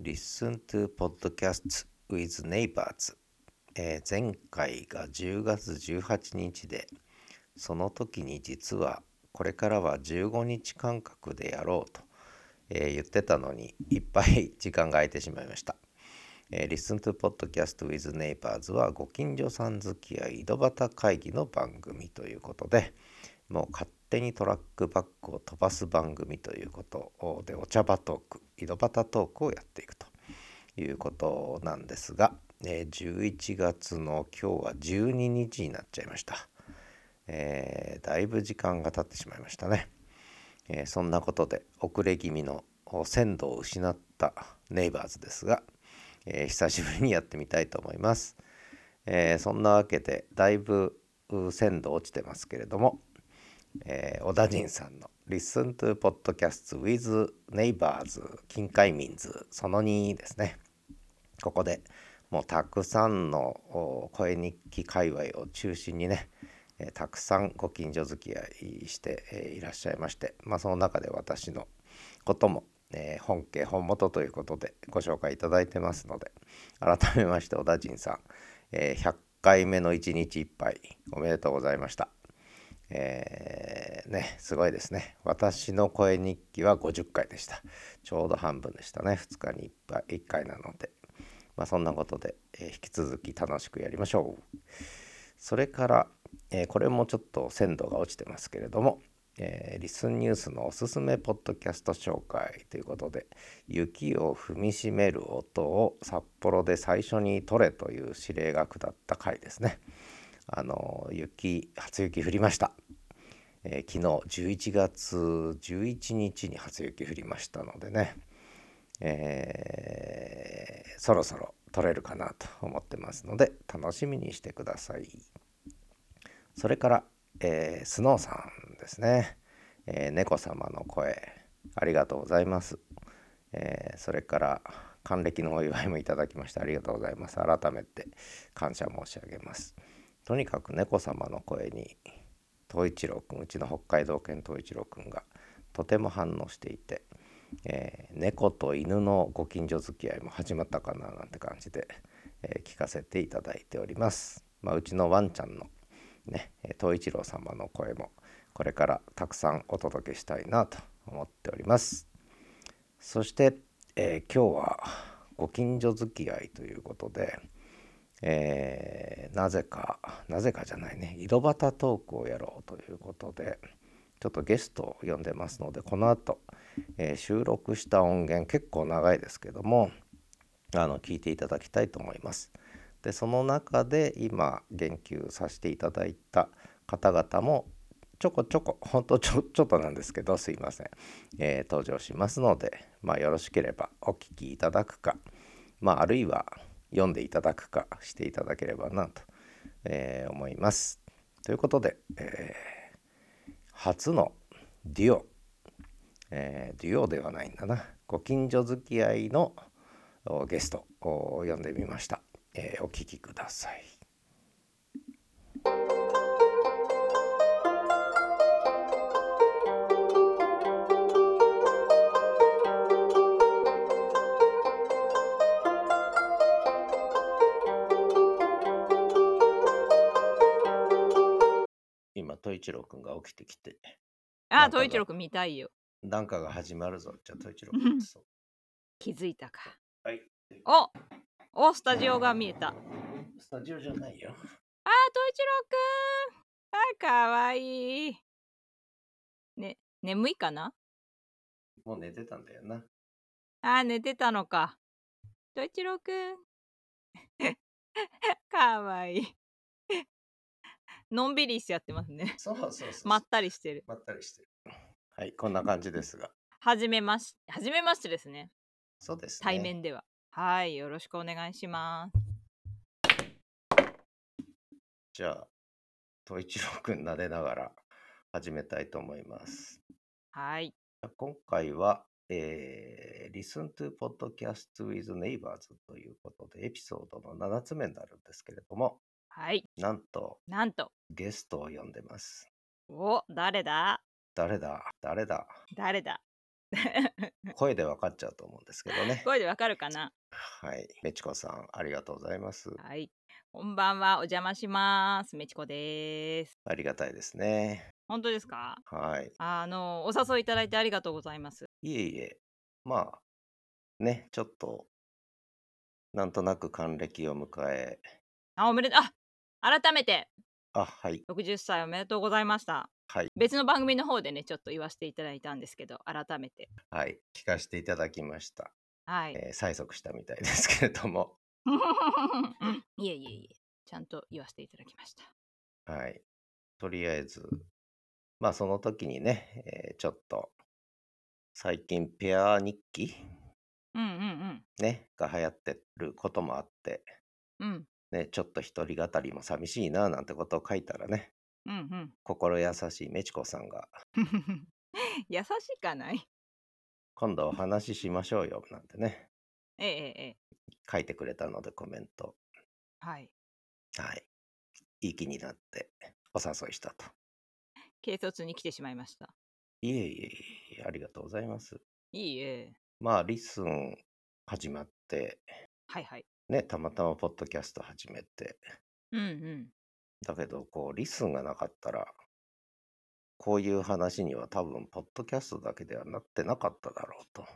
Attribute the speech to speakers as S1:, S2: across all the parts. S1: Listen to Podcasts with Neighbors、えー前回が10月18日でその時に実はこれからは15日間隔でやろうと、えー言ってたのにいっぱい時間が空いてしまいました、えー Listen to Podcast with Neighbors はご近所さん付き合い井戸端会議の番組ということでもう勝手にトラックバックを飛ばす番組ということでお茶場トーク井戸端トークをやっていくということなんですが、えー11月の今日は12日になっちゃいました、えーだいぶ時間が経ってしまいましたね、えーそんなことで遅れ気味のお鮮度を失ったネイバーズですが、えー久しぶりにやってみたいと思います、えーそんなわけでだいぶう鮮度落ちてますけれどもえー、小田陣さんの「Listen to Podcasts with Neighbors 近海民図その2」ですねここでもうたくさんのお声日記界隈を中心にね、えーたくさんご近所付き合いして、えーいらっしゃいまして、まあ、その中で私のことも、えー本家本元ということでご紹介いただいてますので改めまして小田陣さん、えー100回目の一日いっぱいおめでとうございました。えーね、すごいですね。私の声日記は50回でした。ちょうど半分でしたね。2日に1回 ,1 回なので。まあそんなことで、えー引き続き楽しくやりましょう。それから、えーこれもちょっと鮮度が落ちてますけれども、えーリスンニュースのおすすめポッドキャスト紹介ということで「雪を踏みしめる音を札幌で最初に取れ」という指令が下った回ですね。あの雪初雪降りました、えー昨日11月11日に初雪降りましたのでね、えーそろそろ取れるかなと思ってますので楽しみにしてくださいそれから、えースノーさんですね、えー猫様の声ありがとうございます、えーそれから還暦のお祝いもいただきましてありがとうございます改めて感謝申し上げますとにかく猫様の声に東一郎くんうちの北海道犬東一郎くんがとても反応していて、えー猫と犬のご近所付き合いも始まったかななんて感じで、えー聞かせていただいております、まあ、うちのワンちゃんのねえー東一郎様の声もこれからたくさんお届けしたいなと思っておりますそして、えー今日はご近所付き合いということでえーなぜかなぜかじゃないね井戸端トークをやろうということでちょっとゲストを呼んでますのでこの後、えー収録した音源結構長いですけどもあの聞いていただきたいと思います。でその中で今言及させていただいた方々もちょこちょこ ほんとちょちょっとなんですけどすいません、えー登場しますので、まあ、よろしければお聞きいただくかまあ、あるいは読んでいただくかしていただければなと、えー思います。ということで、えー初のデュオ、えーデュオではないんだなご近所付き合いのおゲストを呼んでみました。えーお聞きください。今、戸一郎くんが起きてきて、な
S2: あ
S1: ん
S2: ー、
S1: かが
S2: トイチロ君見たいよ。
S1: なんかが始まるぞ。じゃあ、戸一郎くんです。
S2: 気づいたか。
S1: はい。
S2: おお、スタジオが見えた。あー、トイ
S1: スタジオじゃないよ。
S2: チロ君あー、かわいい。ね、眠いかな
S1: もう寝てたんだよな。
S2: あー、寝てたのか。トイチロ君 かわいい。のんびりしちゃってますね。
S1: そうそうそうそう。
S2: まったりしてる。
S1: まったりしてる。はい、こんな感じですが。
S2: はじめまし、はじめましてですね。
S1: そうですね。
S2: 対面では。はい、よろしくお願いします。
S1: じゃあ、戸一郎くん撫でながら始めたいと思います。
S2: はい。
S1: 今回は、えー Listen to Podcast with Neighbors ということで、エピソードの7つ目になるんですけれども、
S2: はい。
S1: なんと
S2: なんと。
S1: ゲストを呼んでます。
S2: お、誰だ
S1: 誰だ誰だ
S2: 誰だ
S1: 声で分かっちゃうと思うんですけどね。
S2: 声でわかるかな
S1: はい。めちこさん、ありがとうございます。
S2: はい。こんばんは、お邪魔します。めちこです。
S1: ありがたいですね。
S2: 本当ですか
S1: はい。
S2: あの、お誘いいただいてありがとうございます。
S1: いえいえ、まあ、ね、ちょっと、なんとなく還暦を迎え、
S2: あ、おめでとう。あ改めて、
S1: あ、はい、
S2: 60歳おめでとうございました。
S1: はい、
S2: 別の番組の方でね、ちょっと言わせていただいたんですけど、改めて。
S1: はい、聞かせていただきました。
S2: はい。
S1: えー催促したみたいですけれども、
S2: いえいえいえ、ちゃんと言わせていただきました。
S1: はい。とりあえず、まあ、その時にね、えーちょっと、最近、ペア日記
S2: うんうん
S1: ね、が流行ってることもあって、
S2: うん。うん
S1: ね、ちょっと一人語りも寂しいな、なんてことを書いたらね、
S2: うん
S1: 心優しいめちこさんが、
S2: うん。 優しかない。
S1: 今度お話ししましょうよ、なんてね、
S2: ええええええ。
S1: 書いてくれたのでコメント。
S2: はい。
S1: はい。いい気になってお誘いしたと。
S2: 軽率に来てしまいました。
S1: いえいえいえ、ありがとうございます。
S2: いいえ。
S1: まあ、リッスン始まって、
S2: はいはい。
S1: ね、たまたまポッドキャスト始めて、
S2: うんうん。
S1: だけど、こう、リッスンがなかったら、こういう話には多分、ポッドキャストだけではなってなかっただろうと、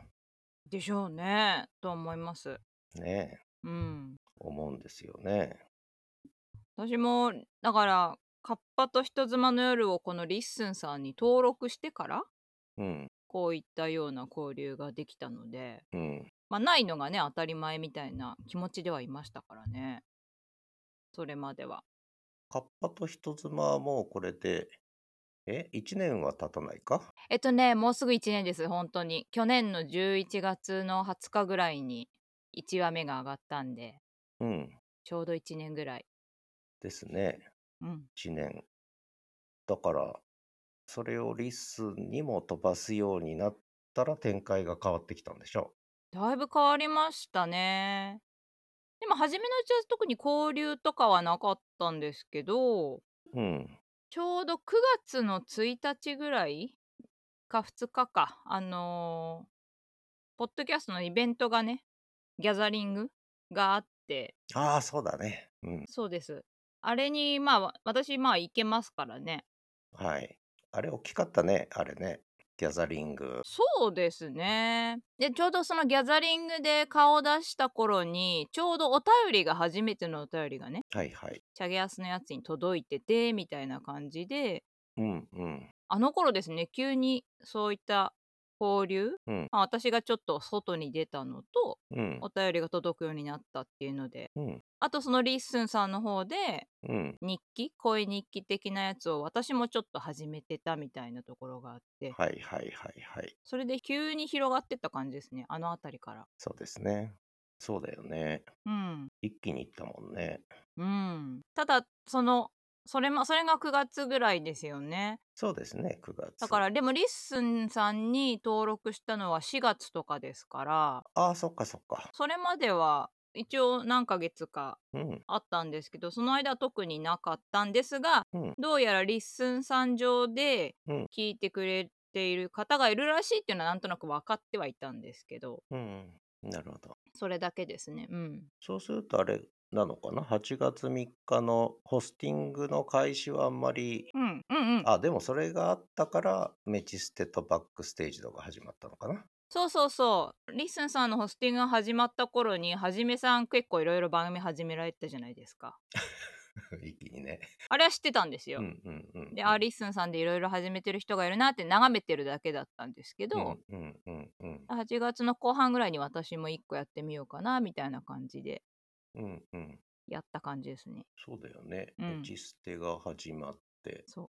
S2: でしょうね。と思います。
S1: ねえ、
S2: うん。
S1: 思うんですよね。
S2: 私も、だから、カッパと人妻の夜をこのリッスンさんに登録してから、
S1: うん、
S2: こういったような交流ができたので、
S1: うん、
S2: まあ、ないのがね、当たり前みたいな気持ちではいましたからね。それまでは。
S1: カッパと人妻はもうこれで、え、1年は経たないか
S2: えっとね、もうすぐ1年です、本当に。去年の11月の20日ぐらいに1話目が上がったんで、
S1: うん、
S2: ちょうど1年ぐらい。
S1: ですね。
S2: うん。
S1: 1年だからそれをリスにも飛ばすようになったら展開が変わってきたんでしょ
S2: だいぶ変わりましたね。でも初めのうちは特に交流とかはなかったんですけど
S1: ううん
S2: ちょうど9月の1日ぐらいか2日かあのーポッドキャストのイベントがねギャザリングがあって
S1: ああそうだねうん
S2: そうですあれにまあわ私まあ行けますからね
S1: はいあれ大きかったねあれねギャザリング
S2: そうですねでちょうどそのギャザリングで顔を出した頃にちょうどお便りが初めてのお便りがね
S1: はいはい
S2: チャゲアスのやつに届いててみたいな感じで
S1: うんうん
S2: あの頃ですね急にそういった交流、
S1: うん
S2: まあ、私がちょっと外に出たのと
S1: うん
S2: お便りが届くようになったっていうので
S1: うん
S2: あとそのリッスンさんの方で
S1: うん
S2: 日記恋日記的なやつを私もちょっと始めてたみたいなところがあって
S1: はいはいはいはい
S2: それで急に広がってった感じですねあの辺りから
S1: そうですねそうだよね
S2: うん
S1: 一気にいったもんね
S2: うんただそのそれもそれが9月ぐらいですよね
S1: そうですね9月
S2: だからでもリッスンさんに登録したのは4月とかですから
S1: ああそっかそっか
S2: それまでは一応何ヶ月か
S1: うん
S2: あったんですけどその間は特になかったんですが、
S1: うん
S2: どうやらリッスンさん上で
S1: うん
S2: 聞いてくれている方がいるらしいっていうのはなんとなく分かってはいたんですけど
S1: うんなるほど
S2: それだけですねうん
S1: そうするとあれなのかな8月3日のホスティングの開始はあんまり
S2: うんうんうん
S1: あでもそれがあったからメチステとバックステージとか始まったのかな
S2: そうそうそうリッスンさんのホスティングが始まった頃にはじめさん結構いろいろ番組始められてたじゃないですか
S1: 一気にね
S2: あれは知ってたんですよ、
S1: うんうんうん
S2: で、アーリッスンさんでいろいろ始めてる人がいるなって眺めてるだけだったんですけど、
S1: うんうんうん
S2: 8月の後半ぐらいに私も1個やってみようかなみたいな感じで
S1: うんうん
S2: やった感じですね。
S1: そうだよね、
S2: うん
S1: メチステが始まって
S2: そ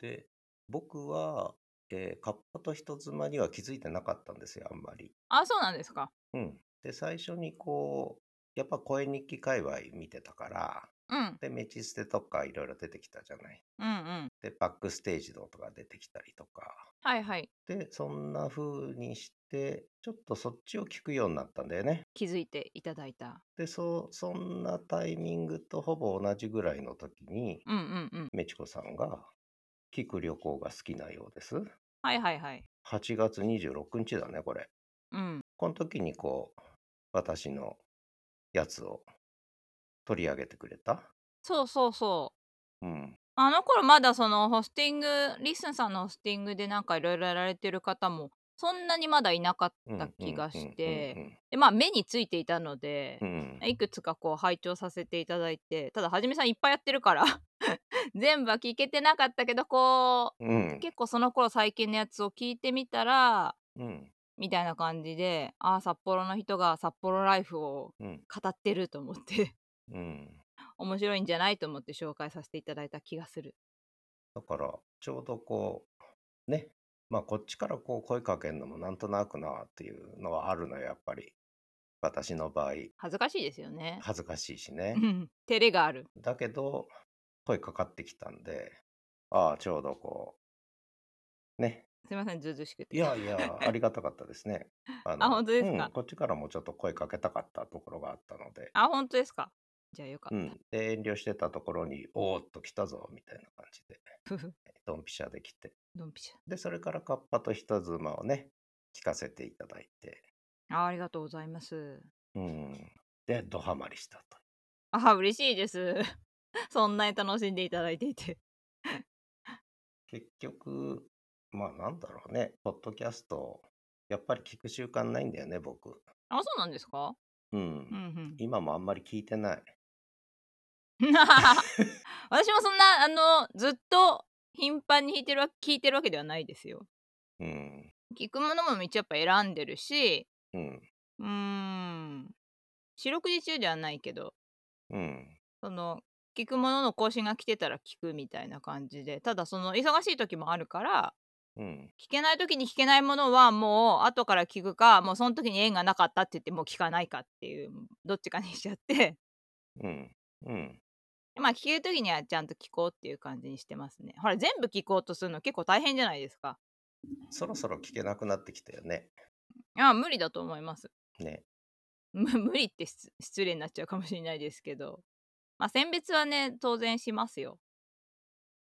S1: で僕は、えーカッパと人妻には気づいてなかったんですよあんまり
S2: あ、そうなんですか。
S1: うんで最初にこうやっぱ声日記界隈見てたから
S2: うん、うん
S1: で、メチステとかいろいろ出てきたじゃない。
S2: うん。
S1: で、バックステージのとか出てきたりとか。
S2: はいはい。
S1: で、そんな風にして、ちょっとそっちを聞くようになったんだよね。
S2: 気づいていただいた。
S1: で、そそんなタイミングとほぼ同じぐらいの時に、
S2: うんうんうん。
S1: メチコさんが、聞く旅行が好きなようです。
S2: はいはいはい。
S1: 8月26日だね、これ。
S2: うん
S1: この時にこう、私のやつを取り上げてくれた。
S2: そうそうそう
S1: うん。
S2: あの頃まだそのホスティングリッスンさんのホスティングでなんかいろいろやられてる方もそんなにまだいなかっ
S1: うん
S2: た気がして、
S1: うん
S2: でまあ目についていたので
S1: う、んうん。
S2: いくつかこう拝聴させていただいてただはじめさんいっぱいやってるから 全部は聞けてなかったけどこ
S1: うん。うん
S2: う結構その頃最近のやつを聞いてみたら
S1: うん。
S2: みたいな感じでああ札幌の人が札幌ライフを
S1: うん。
S2: 語ってると思って
S1: うん。
S2: 面白いんじゃないと思って紹介させていただいた気がする。
S1: だから、ちょうどこう、ね、まあ、こっちからこう声かけるのもなんとなくなっていうのはあるのよ、やっぱり。私の場合、
S2: 恥ずかしいですよね。
S1: 恥ずかしいしね
S2: う。ん照れがある。
S1: だけど、声かかってきたんで、ああ、ちょうどこう、ね、
S2: すみません、ずうずうしくて。
S1: いやいや、ありがたかったです ね。あ
S2: あ本当ですか
S1: うんこっちからもちょっと声かけたかったところがあったので、
S2: あ、本当ですか。じゃあよか
S1: う
S2: っ
S1: ん、で遠慮してたところに、おーっと来たぞ、みたいな感じで、
S2: た。ふふ、
S1: ドンピシャで来て、
S2: ドンピシャ。
S1: で、それからカッパと人妻をね、聞かせていただいて、
S2: あ、ありがとうございます。
S1: うん、で、ドハマりしたと。
S2: あ、嬉しいです。 そんなに楽しんでいただいていて。
S1: 結局、まあなんだろうね、ポッドキャスト、やっぱり聞く習慣ないんだよね、僕。
S2: あ、そうなんですか。
S1: う
S2: うん
S1: ん、
S2: うん。
S1: 今もあんまり聞いてない。
S2: 私もそんな、あの、ずっと頻繁に弾いてるわ、聞いてるわけではないですよ。
S1: うん、
S2: 聞くものも一応やっぱ選んでるし。
S1: うん、
S2: うーん。四六時中ではないけど、
S1: うん、
S2: その。聞くものの更新が来てたら聞くみたいな感じでただその忙しい時もあるから
S1: うん、
S2: 聞けない時に聞けないものはもう後から聞くかもうその時に縁がなかったって言ってもう聞かないかっていうどっちかにしちゃって
S1: うん、うん。
S2: まあ聞ける時にはちゃんと聞こうっていう感じにしてますねほら全部聞こうとするの結構大変じゃないですか
S1: そろそろ聞けなくなってきたよね。
S2: いや無理だと思います
S1: ね。
S2: む無理って失失礼になっちゃうかもしれないですけどまあ選別はね当然しますよ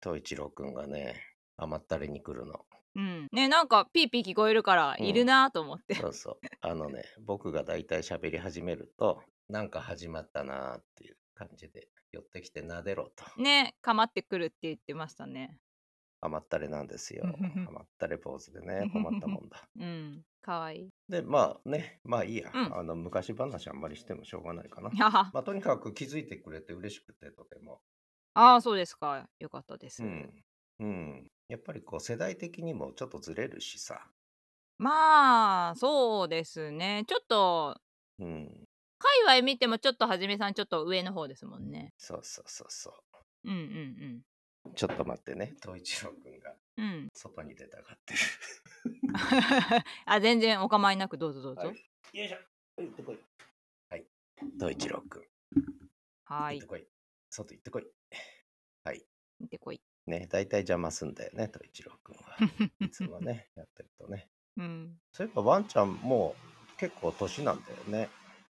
S1: 東一郎くんがね、甘ったれに来るの。
S2: うんねなんかピーピー聞こえるからいるなと思って、
S1: そうそう。あのね、僕がだいたい喋り始めると、なんか始まったなーっていう感じで、寄ってきて撫でろと。
S2: ね構ってくるって言ってましたね
S1: 甘ったれなんですよ。甘ったれポーズでね、困ったもんだ。
S2: うんかわいい
S1: で、まあね、まあいいや。
S2: うん
S1: あの、昔話あんまりしてもしょうがないかな。
S2: あ
S1: まあ、とにかく気づいてくれて嬉しくて、とても。
S2: あーそうですかよかったです、
S1: うん。うん。やっぱりこう、世代的にもちょっとずれるしさ。
S2: まあそうですねちょっと
S1: うん。
S2: 界隈見てもちょっとはじめさんちょっと上の方ですもんね
S1: そうそうそうそう。
S2: うんうん
S1: ちょっと待ってね。東一郎くんが
S2: うんうん
S1: 外に出たがって
S2: あ全然お構いなくどうぞどうぞ
S1: はる。よいしょ。行ってこい。はい。東一郎くん。
S2: はーい
S1: 行ってこい。外行ってこい。
S2: 見てこい、
S1: ね、大体邪魔すんだよね、東一郎くんは。いつもね、やってるとね。
S2: うん、
S1: そういえばワンちゃんもう結構年なんだよね。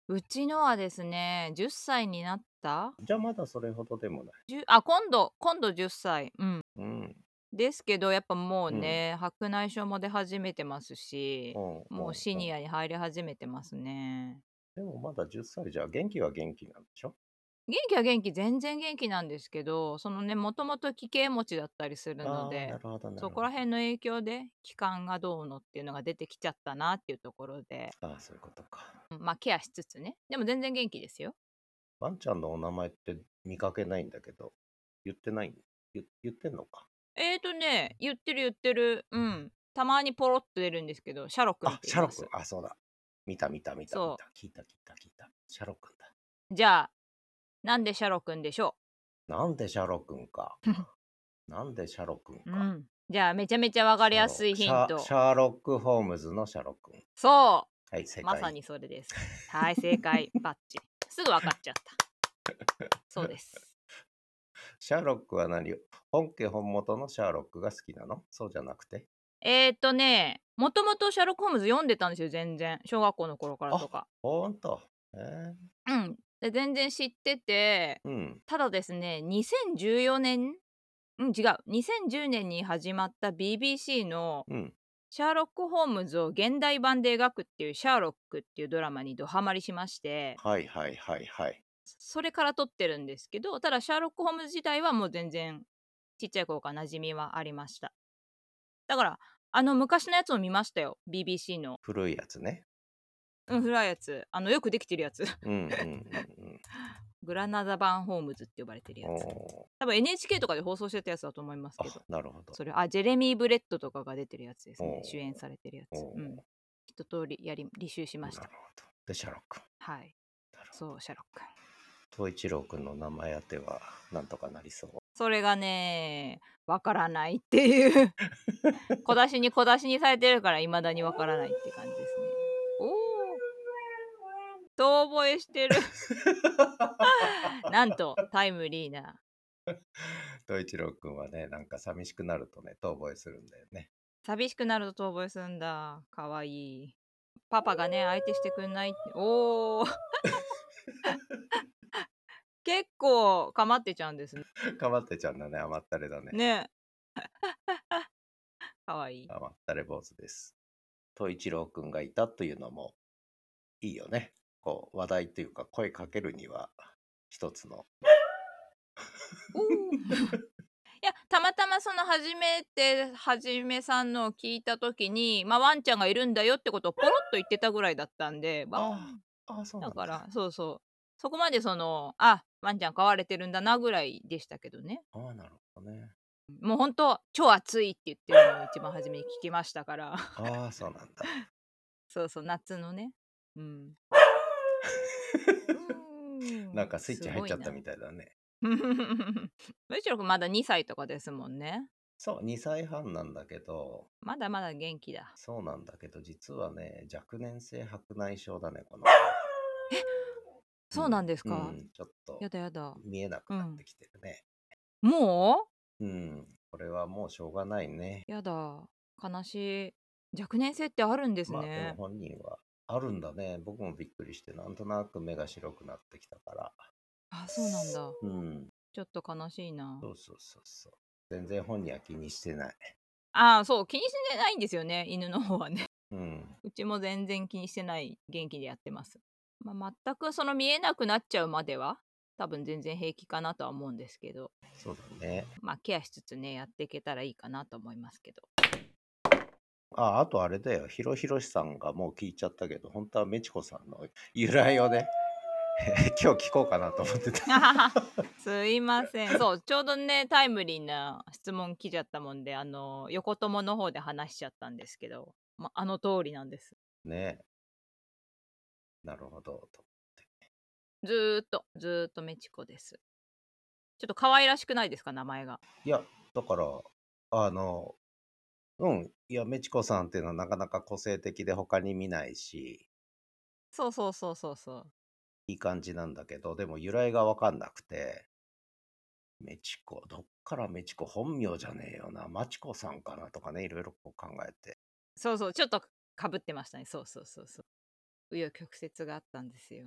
S2: うちのはですね10歳になった
S1: じゃあまだそれほどでもない。
S2: 10あ今度今度10歳うん
S1: うん。
S2: ですけどやっぱもうね、白内障も出始めてますし
S1: も
S2: もうシニ
S1: ア。
S2: アに入り始めてますね
S1: でもまだ10歳じゃ元気は元気なんでしょ
S2: 元気は元気全然元気なんですけどそのねもともと奇形持ちだったりするの
S1: ああー、
S2: で
S1: なるほどなるほど。
S2: そこら辺の影響で気管がどうのっていうのが出てきちゃったなっていうところで
S1: ああ、そういうことか。
S2: うんまあケアしつつねでも全然元気ですよ
S1: ワンちゃんのお名前って見かけないんだけど、言ってない言言ってんのか。
S2: えーとね言ってる言ってるうんたまにポロッと出るんですけどシャロ君っ
S1: あ、
S2: て
S1: シャ
S2: 言い
S1: ロ
S2: ます
S1: 君。あ、そうだ。見た見た見た
S2: そう
S1: 見た。聞いた聞いた聞いた。シャロ君だ。
S2: じゃあなんでシャロ君でしょ
S1: なんでシャロ君 か。なんでシャロ君
S2: う、
S1: か。
S2: う
S1: わ
S2: ん、じゃあめちゃめちゃわかりやすいヒント
S1: シャーロック・ホームズのシャロ君。
S2: そ
S1: はい、正
S2: う
S1: 解。
S2: まさにそれですはい正解バッチリすぐわかっちゃったそうです
S1: シャーロックは何本家本元のシャーロックが好きなのそうじゃなくて。
S2: えー、っとねもともとシャーロック・ホームズ読んでたんですよ全然小学校の頃からとか。
S1: ほんと。えー
S2: うん、で全然知ってて
S1: うん。
S2: ただですね2014年うん違う2010年に始まった BBC の
S1: うん。
S2: シャーロック・ホームズを現代版で描くっていう「シャーロック」っていうドラマにドハマりしまして
S1: はいはいはいはい。
S2: それから撮ってるんですけどただシャーロック・ホームズ自体はもう全然ちっちゃい頃から馴染みはありましただからあの昔のやつを見ましたよ BBC の
S1: 古いやつね。
S2: うん古いやつあのよくできてるやつ
S1: うんうんうん
S2: グラナダ版ホームズって呼ばれてる
S1: うん。
S2: やつ
S1: お
S2: 多分 NHK とかで放送してたやつだと思います
S1: ー
S2: けど
S1: あなるほど。
S2: それあジェレミー・ブレッドとかが出てるやつです
S1: お
S2: ね
S1: う
S2: 主演されてるやつ
S1: おう
S2: うん一通りやり履修しまし
S1: な
S2: た
S1: るほど。で、シャーロック。
S2: はいそうシャーロック
S1: 東一郎君の名前当てはなんとかなりそう。
S2: それがねわからないっていう 小出しに小出しにされてるからいまだにわからないって感じですねおお遠吠えし てるなんとタイムリーな
S1: 東一郎君はね、なんか寂しくなるとね、遠吠えするんだよね。
S2: 寂しくなると遠吠えするんだかわいいパパがね相手してくんないってお お結構かまってちゃうんですね
S1: かまってちゃんだね、甘ったれだね。
S2: ね かわいい
S1: 甘ったれ坊主です。東一郎君がいたというのもいいよね。こう、話題というか声かけるには一つの。
S2: いやたまたまその初めてはじめさんのを聞いた時に、まあ、ワンちゃんがいるんだよってことをポロっと言ってたぐらいだったんでわ
S1: ああ、ああそうな
S2: だ
S1: んだ。
S2: からそうそうそこまでそのあワンちゃん飼われてるんだなぐらいでしたけどね
S1: ああ、なるほどね。
S2: もうほんと超暑いって言ってるのを一番初めに聞きましたから
S1: ああ、そう なんだ。
S2: そうそう夏のね うん
S1: なんかスイッチ入っちゃったみ
S2: たい
S1: たいだね。
S2: むしろまだ2歳とかですもんね
S1: そう、2歳半なんだけど、
S2: まだまだ元気だ
S1: そうなんだけど、実はね、若年性白内障だね、この。
S2: そうなんですか、
S1: うんちょっと
S2: やだやだ
S1: 見えなくなってきてるね。
S2: も
S1: うん、これはもうしょうがないね。
S2: うやだ悲しい若年性ってあるんです
S1: まあ、でも
S2: ね、
S1: 本人はあるんだね。僕もびっくりして、なんとなく目が白くなってきたから。
S2: あ、そうなんだ
S1: うん、
S2: ちょっと悲しいな
S1: そうそうそうそう。全然本人は気にしてない。
S2: あーそう気にしてないんですよね犬の方はね
S1: うん、
S2: うちも全然気にしてない元気でやってます、まあ、全くその見えなくなっちゃうまでは多分全然平気かなとは思うんですけど
S1: そうだね。
S2: まあケアしつつねやっていけたらいいかなと思いますけど
S1: あ、あとあれだよ。ひろひろしさんがもう聞いちゃったけど、本当はめちこさんの由来をね、 今日聞こうかなと思ってた。
S2: すいませんそうちょうどねタイムリーな質問来ちゃったもんであの横友の方で話しちゃったんですけど、ま、あの通りなんです
S1: ねなるほど。と
S2: ずーっとずーっとメチコですちょっと可愛らしくないですか名前が
S1: いや、だから、あの、うん、いや、メチコさんっていうのはなかなか個性的で他に見ないし、
S2: そうそうそうそうそう
S1: いい感じなんだけど、でも由来がわかんなくて、メチコ、どっからメチコ、本名じゃねえよな、マチコさんかなとかね、いろいろこう考えて。
S2: そうそうちょっとかぶってましたねそうそうそうそう紆余曲折があったんですよ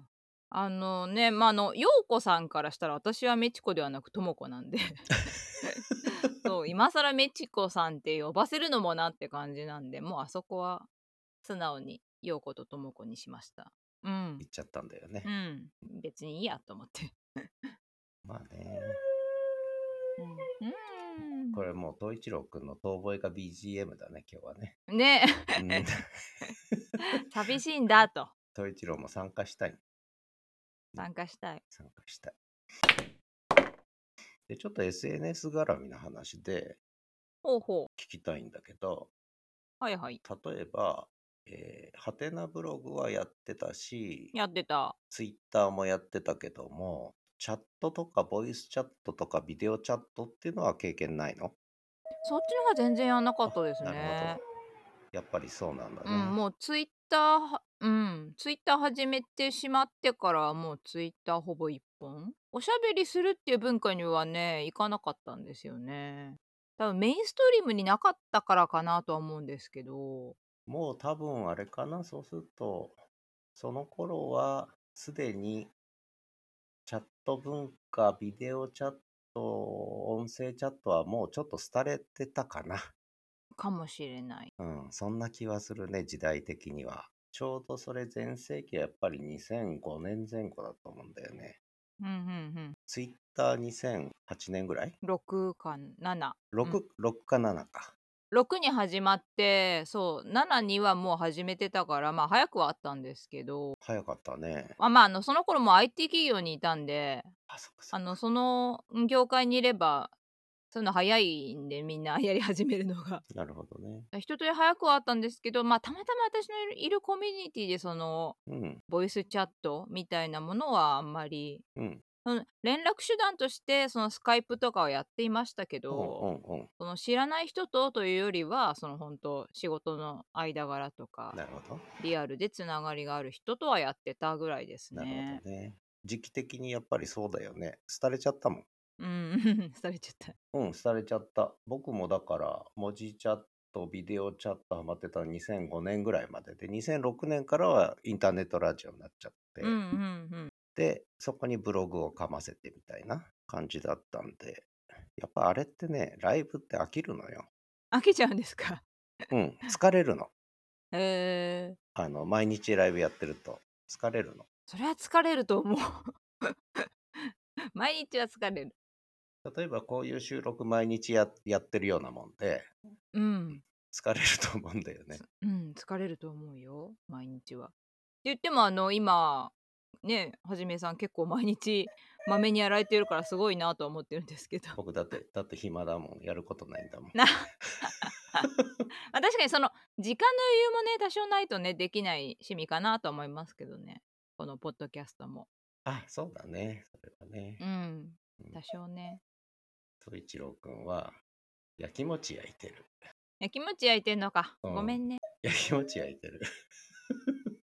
S2: あのねまああの陽子さんからしたら私はメチコではなくとも子なんでそう今更メチコさんって呼ばせるのもなって感じなんでもうあそこは素直に陽子ととも子にしましたうん
S1: 言っちゃったんだよね。
S2: うん別にいいやと思って
S1: まあね、
S2: うん
S1: これもう、東一郎くんの遠吠えが BGM だね、今日はね。
S2: うんね
S1: うん
S2: 寂しいんだと
S1: 東一郎も参加したい。
S2: 参加したい
S1: 参加したい。で、ちょっと SNS 絡みの話で
S2: ほうほ
S1: 聞きたいんだけど、
S2: うはいはい
S1: 例えば、えー、ハテナブログはやってたし、
S2: やってた
S1: ツイッターもやってたけども、チャットとかボイスチャットとかビデオチャットっていうのは経験ないの
S2: そっちの方が全然やんなかったです
S1: あなるほ。
S2: ね
S1: ど。やっぱりそうなんだね。
S2: うん、もうツイッターは、うん、ツイッター始めてしまってからはもうツイッターほぼ一本。おしゃべりするっていう文化にはね、行かなかったんですよね。多分メインストリームになかったからかなとは思うんですけど。
S1: もう多分あれかな、そうすると、その頃はすでにチャット文化、ビデオチャット、音声チャットはもうちょっと廃れてたかな。
S2: かもしれない。
S1: うん、そんな気はするね、時代的には。ちょうどそれ全盛期はやっぱり2005年前後だと思うんだよね。
S2: うんうん
S1: ツイッター2008年ぐらい
S2: うん。6か7。
S1: ?6、六か7か。
S2: 6に始まってそう7にはもう始めてたからまあ早くはあったんですけど
S1: 早かったね。
S2: あまああのその頃も IT 企業にいたんで
S1: あ、そっかそ
S2: あ
S1: っか。
S2: のそのん業界にいればそういうの早いんでみんなや り始めるの が
S1: なるほどね。
S2: 一通り早くはあったんですけどまあたまたま私のいるいるコミュニティでその
S1: うん、
S2: ボイスチャットみたいなものはあんまり
S1: うん、
S2: うん連絡手段としてそのスカイプとかはやっていましたけ
S1: う
S2: ど、
S1: ん、うん、うん。
S2: その知らない人とというよりはその本当仕事の間柄とか
S1: なるほど。
S2: リアルでつながりがある人とはやってたぐらいです
S1: なる
S2: ね。
S1: ほどね。時期的にやっぱりそうだよね。廃れちゃったもん。
S2: うん されちゃった。
S1: うん、廃れちゃった。僕もだから、文字チャット、ビデオチャットハマってたの2005年ぐらいまでで、2006年からはインターネットラジオになっちゃって、
S2: うんうんうん。
S1: で、そこにブログをかませてみたいな感じだったんで、やっぱあれってね、ライブって飽きるのよ。
S2: 飽きちゃうんですか。
S1: うん、疲れるの。
S2: えー、
S1: あの、毎日ライブやってると疲れるの。
S2: それは疲れると思う。 毎日は疲れる。
S1: 例えばこういう収録毎日ややってるようなもんで、
S2: うん。
S1: 疲れると思うんだよね。
S2: うん、疲れると思うよ。毎日は。って言ってもあの今ねはじめさん結構毎日まめにやられてるからすごいなとは思ってるんですけど。
S1: 僕だって、だって暇だもん。やることないんだもん。
S2: な まあ確かにその時間の余裕もね多少ないとねできない趣味かなと思いますけどねこのポッドキャストも
S1: あ、そうだね。それはね。
S2: うん
S1: うん
S2: 多少ね
S1: 宗一郎くんは、やきもち焼いてる。
S2: やきもち焼いてんのか、
S1: うん
S2: ごめんね
S1: やきもち焼いてる。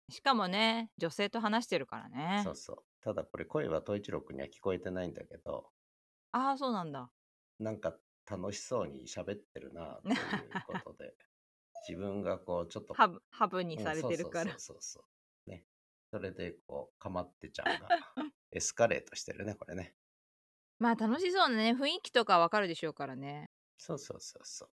S2: しかもね女性と話してるからね
S1: そうそう。ただこれ声は宗一郎くんには聞こえてないんだけど、
S2: ああそうなんだ
S1: なんか楽しそうに喋ってるな、ということ で。自分がこう、ちょっと。
S2: ハブハブに
S1: うん
S2: されてるから、
S1: そうそうそうそう。ね。それでこう、かまってちゃ んが、エスカレートしてるね、これね。
S2: まあ楽しそうなね雰囲気とかわかるでしょうからね
S1: そうそうそうそう。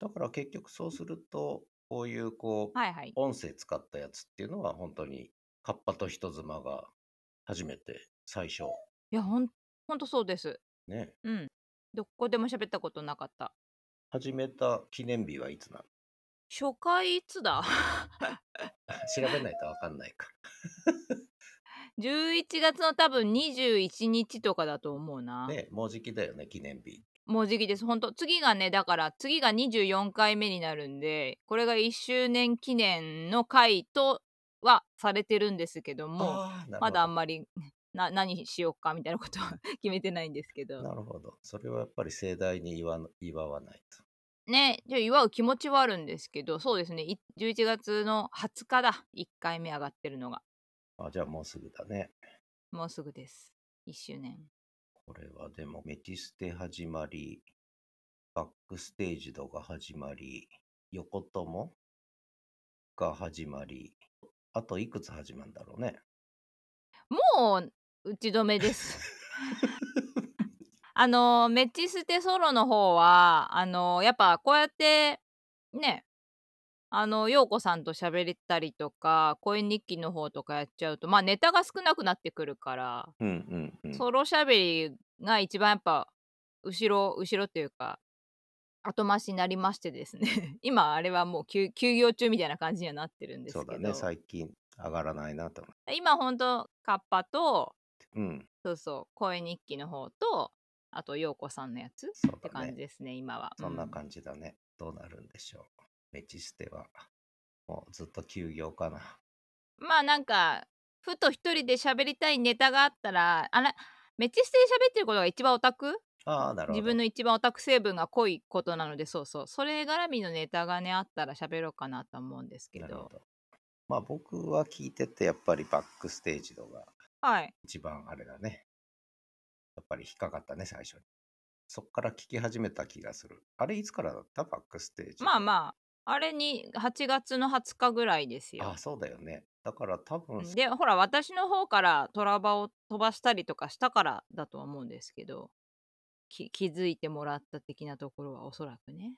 S1: だから結局そうすると、こういうこう、
S2: はいはい
S1: 音声使ったやつっていうのは本当にカッパと人妻が初めて最初
S2: いやほんほんとそうです
S1: ね
S2: うんどこでも喋ったことなかった
S1: 始めた記念日はいつなの
S2: 初回いつだ
S1: 調べないとわかんないか
S2: 11月の多分21日とかだと思うな、
S1: ねもうじきだよね記念日
S2: もう時期です本当次がねだから次が24回目になるんでこれが1周年記念の回とはされてるんですけども
S1: あーなるほど
S2: まだあんまり な何しようかみたいなことは 決めてないんですけど
S1: なるほどそれはやっぱり盛大に祝わ祝わないと
S2: ねじゃあ祝う気持ちはあるんですけどそうですねい11月の20日だ1回目上がってるのが
S1: あじゃあもうすぐだね
S2: もうすぐです1周年
S1: これはでもメチステ始まりバックステージドが始まり横友が始まりあといくつ始まるんだろうね
S2: もう打ち止めです。あのメチステソロの方はあのやっぱこうやってねあの陽子さんと喋れたりとか声日記の方とかやっちゃうとまあネタが少なくなってくるから、
S1: うんうんうん
S2: ソロ喋りが一番やっぱ後ろ後ろっていうか後回しになりましてですね 今あれはもう休休業中みたいな感じにはなってるんですけ
S1: そう
S2: ど
S1: だね最近上がらないなと思っ
S2: 今ほんとカッパと
S1: てうん
S2: そうそう声日記の方とあと陽子さんのやつっ
S1: そう
S2: て
S1: だ
S2: 感
S1: ね
S2: じですね今は
S1: そんな
S2: じ、
S1: 感じだね、どうなるんでしょうメチステはもうずっと休業かな
S2: うんまあなんかふと一人で喋りたいネタがあったらあらメチステで喋ってることが一番オタク
S1: ああなるほ
S2: 自
S1: ど
S2: 分の一番オタク成分が濃いことなのでそうそうそれ絡みのネタがねあったら喋ろうかなと思うんですけど
S1: なるほどまあ僕は聞いててやっぱりバックステージドが
S2: はい
S1: 一番あれだね。やっぱり引っかかったね、最初に。そっから聞き始めた気がする。あれ、いつからだったバックステージ。
S2: まあまああれに8月の20日ぐらいです
S1: あ
S2: よ
S1: あ、そうだよね。だから多分、
S2: でほら私の方からトラバを飛ばしたりとかしたからだとは思うんですけどき気づいてもらった的なところはおそらくね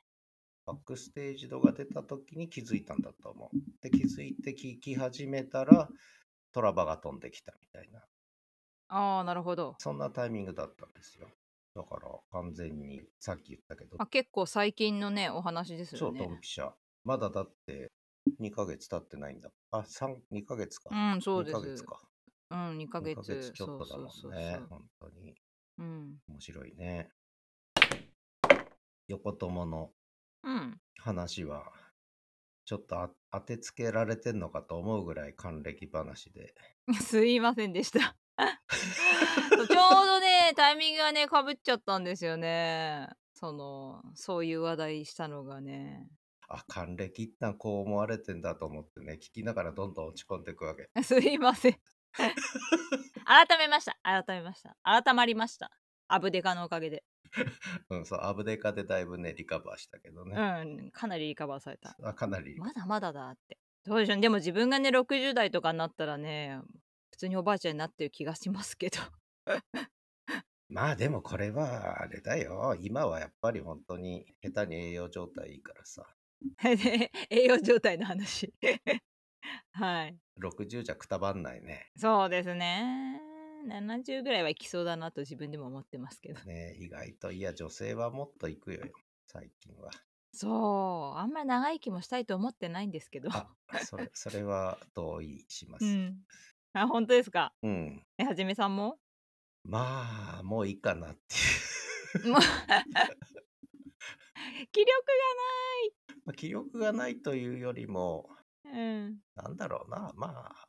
S1: バックステージ動画出た時に気づいたんだと思う。で、気づいて聞き始めたら、トラバが飛んできたみたいな、
S2: ああなるほど
S1: そんなタイミングだったんですよ。だから、完全に、さっき言ったけど、
S2: あ結構最近のねお話です
S1: そ
S2: よ
S1: う、ド
S2: ね
S1: ンピシャ。まだだって、2ヶ月経ってないんだ。あ、3、2ヶ月か。
S2: うんそう
S1: 2
S2: で
S1: ヶ月
S2: す
S1: か。
S2: うん2ヶ
S1: 2
S2: 月
S1: ヶ月ちょっとだもんね。
S2: そうそうそうそう
S1: 本当に。
S2: うん、
S1: 面白いね。横友の
S2: うん、
S1: 話は、ちょっとあ当てつけられてんのかと思うぐらい還暦話で。
S2: すいませんでしたそうちょうどねタイミングがねかぶっちゃったんですよねそのそういう話題したのがね
S1: あ、還暦ってのはこう思われてんだと思ってね、聞きながらどんどん落ち込んでいくわけ。
S2: すいません改めました改めました改まりましたアブデカのおかげで、
S1: うん、そう、アブデカでだいぶね、リカバーしたけど
S2: う
S1: ね。
S2: んかなりリカバーされた
S1: あかなり、
S2: まだまだだってそうでしょでも自分がね60代とかになったらね普通におばあちゃんになってる気がしますけど
S1: まあでもこれはあれだよ。今はやっぱり本当に下手に栄養状態いいからさ。
S2: で栄養状態の話 はい
S1: 60じゃくたばんないね。
S2: そうですね70ぐらいはいきそうだなと自分でも思ってますけど
S1: ね意外と、いや、女性はもっといくよ、最近は。
S2: そうあんまり長生きもしたいと思ってないんですけど
S1: あ、それ、それは同意します。
S2: う
S1: うん。
S2: んあ本当ですかえはじめさ んも
S1: まあ、もういい かなっていう。
S2: もう 気力
S1: まあ気力がないというよりも、
S2: がうん
S1: なんだろうな、まあ、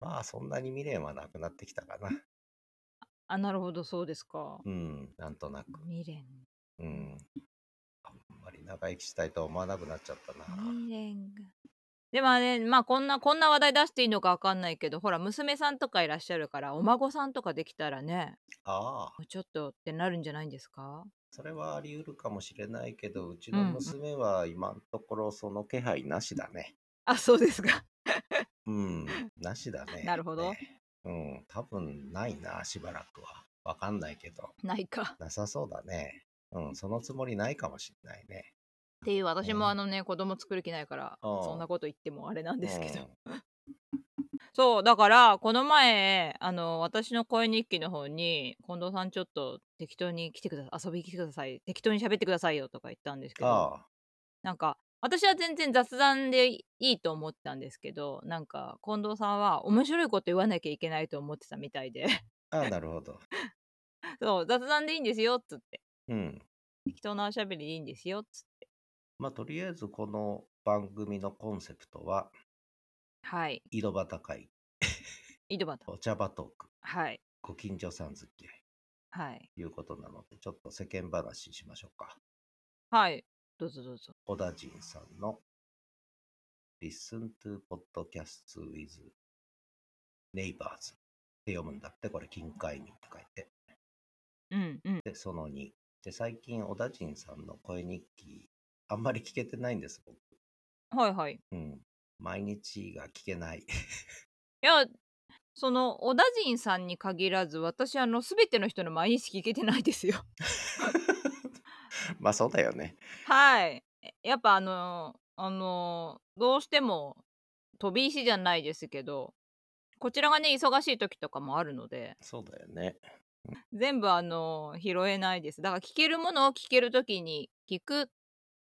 S1: まあそんなに未練はなくなってきたかな。
S2: あなるほどそうですか
S1: うん、なんとなく。
S2: 未練
S1: うん。あんまり長生きしたいとは思わなくなっちゃったな。
S2: 未練がでもねまあこんなこんな話題出していいのかわかんないけどほら娘さんとかいらっしゃるからお孫さんとかできたらね
S1: ああ、
S2: もうちょっとってなるんじゃないんですか
S1: それはあり得るかもしれないけど、うち
S2: う
S1: の
S2: ん
S1: 娘は今のところその気配なしだね。
S2: あそうですか
S1: うん、なしだね。
S2: なるほど
S1: ねうん、多分ないな、しばらくは。わかんないけど、
S2: ないか
S1: なさそうだね。うん、そのつもりないかもしれないね。
S2: っていう私
S1: う
S2: も
S1: ん
S2: あのね子供作る気ないから
S1: ああ
S2: そんなこと言ってもあれなん ですけど、 そうだからこの前あの私の声日記の方に近藤さんちょっと適当に来てください遊びに来てください適当に喋ってくださいよとか言ったんですけ
S1: うん。
S2: ど
S1: ああ、
S2: なんか私は全然雑談でいいと思ったんですけどなんか近藤さんは面白いこと言わなきゃいけないと思ってたみたいで
S1: ああ、なるほど。
S2: そう雑談でいいんですよっつって
S1: うん。
S2: 適当なおしゃべりでいいんですよっつって
S1: まあ、とりあえずこの番組のコンセプトは、
S2: はい
S1: 井戸端会、
S2: 井戸端
S1: お茶場トーク、
S2: はい
S1: ご近所さん付き合い
S2: はい
S1: ということなので、ちょっと世間話しましょうか。
S2: はいどうぞどうぞ
S1: 小田陣さんの Listen to Podcasts with Neighbors って読むんだって、これ、近海民って書いて。
S2: うんうん
S1: で、その2。で、最近、小田陣さんの声日記、あんまり聞けてないんです、僕。
S2: はいはいい
S1: うん。毎日が聞けない。
S2: やその小田陣さんに限らず私あの全ての人の毎日聞けてないですよ
S1: まあ、そうだよね。
S2: はいえやっぱあのあのどうしても飛び石じゃないですけどこちらがね忙しい時とかもあるので
S1: そうだよね。
S2: 全部あの拾えないですだから聞けるものを聞ける時に聞く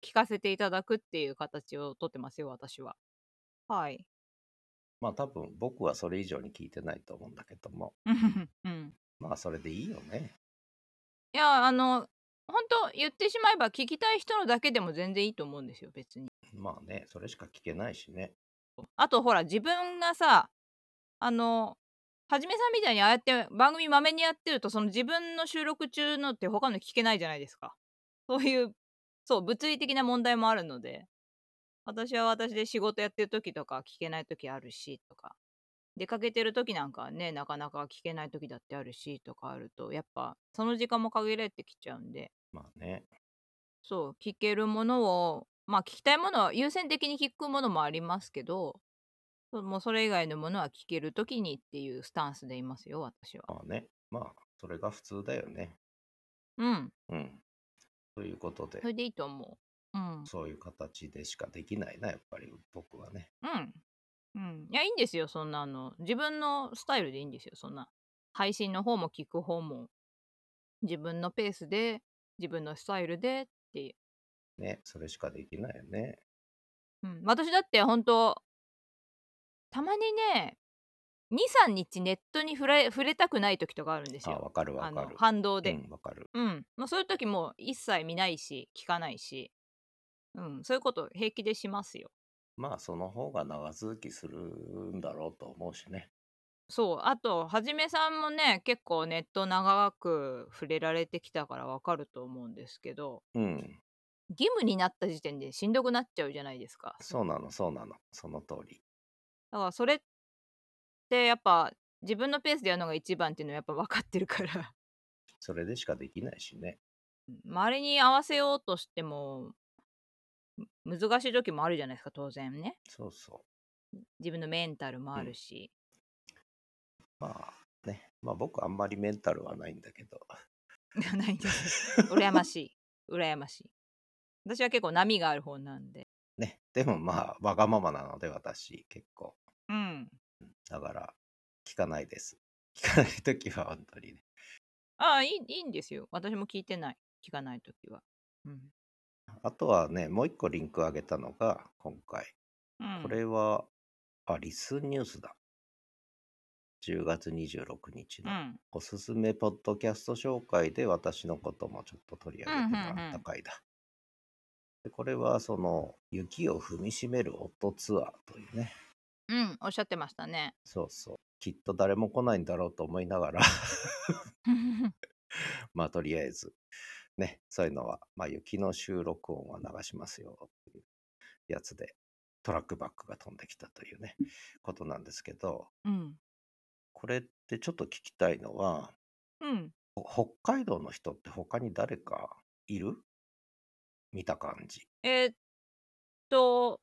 S2: 聞かせていただくっていう形をとってますよ私ははい
S1: まあ多分僕はそれ以上に聞いてないと思うんだけども、
S2: うん
S1: まあそれでいいよね。
S2: いやあの本当言ってしまえば聞きたい人のだけでも全然いいと思うんですよ別に
S1: まあね、それしか聞けないしね。
S2: あとほら自分がさあのはじめさんみたいにああやって番組まめにやってるとその自分の収録中のって他の聞けないじゃないですかそういうそう物理的な問題もあるので私は私で仕事やってる時とか聞けない時あるしとか出かけてる時なんかはねなかなか聞けない時だってあるしとかあるとやっぱその時間も限られてきちゃうんで
S1: まあね。
S2: そう聞けるものをまあ聞きたいものは優先的に聞くものもありますけどそもうそれ以外のものは聞ける時にっていうスタンスでいますよ私は
S1: まあね。まあそれが普通だよね。
S2: うん
S1: うん。ということで
S2: そ、れでいいと思ううん
S1: そういう形でしかできないな、やっぱり僕はね。
S2: うんうんいやいいんですよそんなあの自分のスタイルでいいんですよそんな配信の方も聞く方も自分のペースで自分のスタイルでって、
S1: ね、それしかできないよね。
S2: うん、私だって本当たまにね23日ネットに触れ触れたくない時とかあるんです
S1: あ、
S2: よ
S1: わかるわ
S2: あ
S1: か
S2: の
S1: る。
S2: 反動で、
S1: うん、わかる。
S2: うん、まあ、そういう時もう一切見ないし聞かないし、うん、そういうこと平気でしますよ。
S1: まあ、その方が長続きするんだろうと思うしね。
S2: そうあとはじめさんもね結構ネット長く触れられてきたからわかると思うんですけど
S1: うん、
S2: 義務になった時点でしんどくなっちゃうじゃないですか
S1: そうなの、そうなの。その通り。
S2: だからそれってやっぱ自分のペースでやるのが一番っていうのはやっぱ分かってるから
S1: それでしかできないしね。
S2: 周りに合わせようとしてもむ難しい時もあるじゃないですか当然ね
S1: そうそう。
S2: 自分のメンタルもあるし、
S1: まあね、まあ僕あんまりメンタルはないんだけど、
S2: ないです。 羨ましい。羨ましい。私は結構波がある方なんで。
S1: ね、でもまあわがままなので私結構、
S2: うん。
S1: だから聞かないです。聞かないときは本当にね。
S2: ああ、いいいいんですよ。私も聞いてない。聞かないときは。うん。
S1: あとはね、もう一個リンク上げたのが今回。
S2: うん
S1: これは、あ、リスンニュースだ。10月26日
S2: う
S1: の
S2: ん。
S1: おすすめポッドキャスト紹介で私のこともちょっと取り上げてもらった回だ。でこれはその雪を踏みしめる夫ツアーというね、
S2: うん。おっしゃってましたね。
S1: そうそう。きっと誰も来ないんだろうと思いながら、まあとりあえず、ね、そういうのは、まあ雪の収録音は流しますよっていうやつで、トラックバックが飛んできたというね、ことなんですけど、
S2: うん。
S1: これってちょっと聞きたいのは、
S2: うん。
S1: ほ北海道の人って他に誰かいる見た感じ。
S2: えーっと、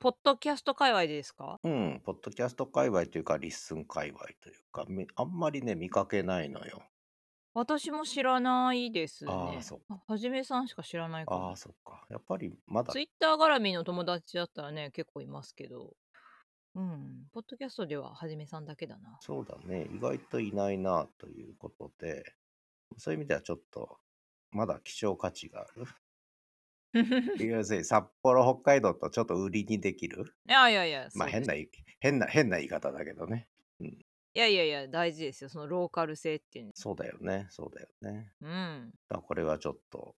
S2: ポッドキャスト界隈でですか
S1: うん、ポッドキャスト界隈というか、リッスン界隈というか、みあんまりね、見かけないのよ。
S2: 私も知らないですね。
S1: ああそっ
S2: はじめさんしか知らないか
S1: ああ、
S2: も。
S1: そっか。やっぱりまだ
S2: ツイッター絡みの友達だったらね、結構いますけど。うん。ポッドキャストでははじめさんだけだな。
S1: そうだね、意外といないなということで、そういう意味ではちょっと、まだ希少価値があ る。要するに、札幌、北海道とちょっと売りにできる。
S2: いやいやいや、
S1: まあ、
S2: そう
S1: 変
S2: です
S1: な、変な、変な言い方だけどね。
S2: いやいやいや、大事ですよ、そのローカル性っていう
S1: そうだよね、そうだよね。
S2: の。うん。
S1: だからこれはちょっと、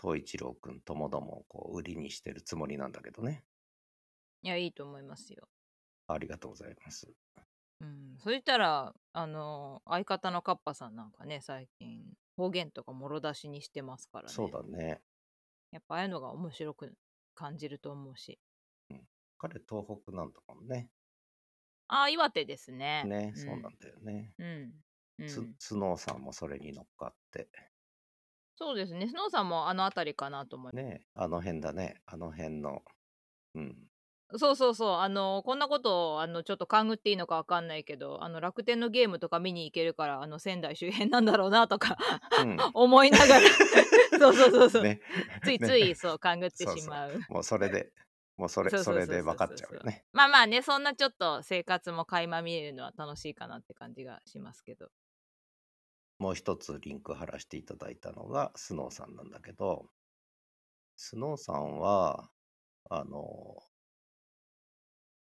S1: 東一郎くんともどもをこう売りにしてるつもりなんだけどね。
S2: いや、いいと思いますよ。
S1: ありがとうございます。
S2: うん。そしたら、あの、相方のカッパさんなんかね、最近、方言とかもろ出しにしてますからね。
S1: そうだね。
S2: やっぱ、ああいうのが面白く感じると思うし。
S1: 彼、東北なんだもんね。
S2: ああ、岩手ですね。
S1: ね、
S2: ん、
S1: そうなんだよね。
S2: うん。うん。
S1: つスノーさんもそれに乗っかって。
S2: そうですね。スノーさんもあの辺りかなと思いま
S1: ねえあの辺だねあの辺のうん
S2: す。そうそうそう。あの、こんなことを、あの、ちょっと勘ぐっていいのかわかんないけど、あの、楽天のゲームとか見に行けるから、あの、仙台周辺なんだろうなとか、
S1: うん
S2: 思いながら そうそうそうそう、
S1: ね
S2: つい
S1: ね
S2: ついそう勘ぐって
S1: そうそう
S2: しまう
S1: もうそれでもうそれ
S2: そうそ
S1: そう
S2: そう
S1: れで分かっちゃうよね
S2: まあまあねそんなちょっと生活も垣間見えるのは楽しいかなって感じがしますけど
S1: もう一つリンク貼らせていただいたのがスノーさんなんだけどスノーさんはあの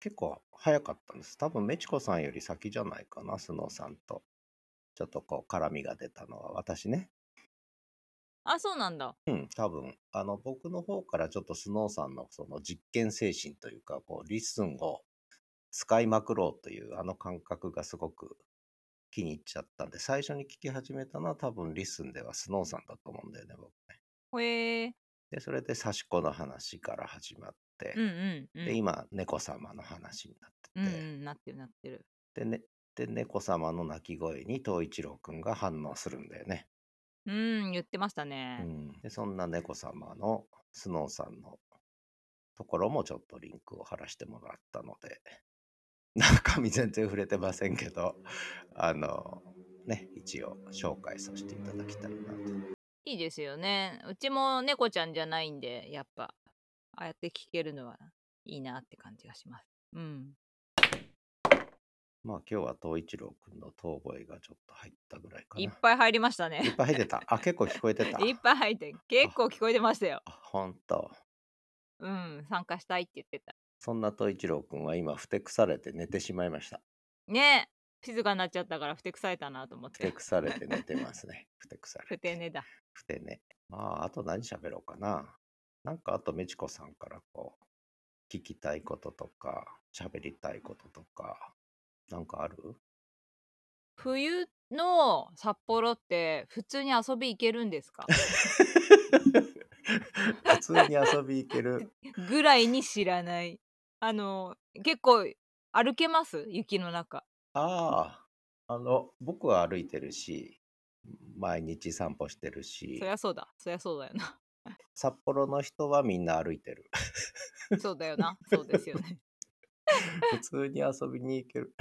S1: 結構早かったんです多分メチコさんより先じゃないかなスノーさんとちょっとこう絡みが出たのは私ね
S2: あそうなんだ
S1: うん、多分あの僕の方からちょっとスノーさんのその実験精神というかこうリッスンを使いまくろうというあの感覚がすごく気に入っちゃったんで最初に聞き始めたのは多分リッスンではスノーさんだと思うんだよね僕ね。
S2: へえ
S1: でそれで刺し子の話から始まって、
S2: うんうんうん
S1: で今猫様の話にな
S2: うんう
S1: ってて、
S2: んなってるなってる
S1: でねで猫様の鳴き声に東一郎くんが反応するんだよね。
S2: うん言ってました
S1: う
S2: ね、
S1: ん、でそんな猫様のスノーさんのところもちょっとリンクを貼らせてもらったので 中身全然触れてませんけどあのね一応紹介させていただきたいなと
S2: いいですよねうちも猫ちゃんじゃないんでやっぱああやって聞けるのはいいなって感じがしますうん
S1: まあ今日は東一郎くんの遠吠えがちょっと入ったぐらいかな。
S2: いっぱい入りましたね
S1: いっぱい入ってた。あ、結構聞こえてた。
S2: いっぱい 入って結構聞こえてましたよ
S1: あ、ほんと。
S2: うん参加したいって言ってた
S1: そんな東一郎くんは今、ふてくされて寝てしまいました。
S2: ね静かになっちゃったからふてくされたなと思っ
S1: ふて
S2: て
S1: くされて寝てますね。ふてくされ
S2: ふて。ねだ
S1: ふてね。まあ、あと何喋ろうかな。なんかあと、美智子さんからこう、聞きたいこととか、喋りたいこととか、なんかある
S2: 冬の札幌って普通に遊び行けるんですか
S1: 普通に遊び行け る。
S2: ぐらいに知らないあの結構歩けます雪の中
S1: ああ、あの、僕は歩いてるし、毎日散歩してるし
S2: そり、ゃそうだそりゃそうだよな
S1: 札幌の人はみんな歩いてる。
S2: そうだよなそうですよね
S1: 普通に遊びに行ける。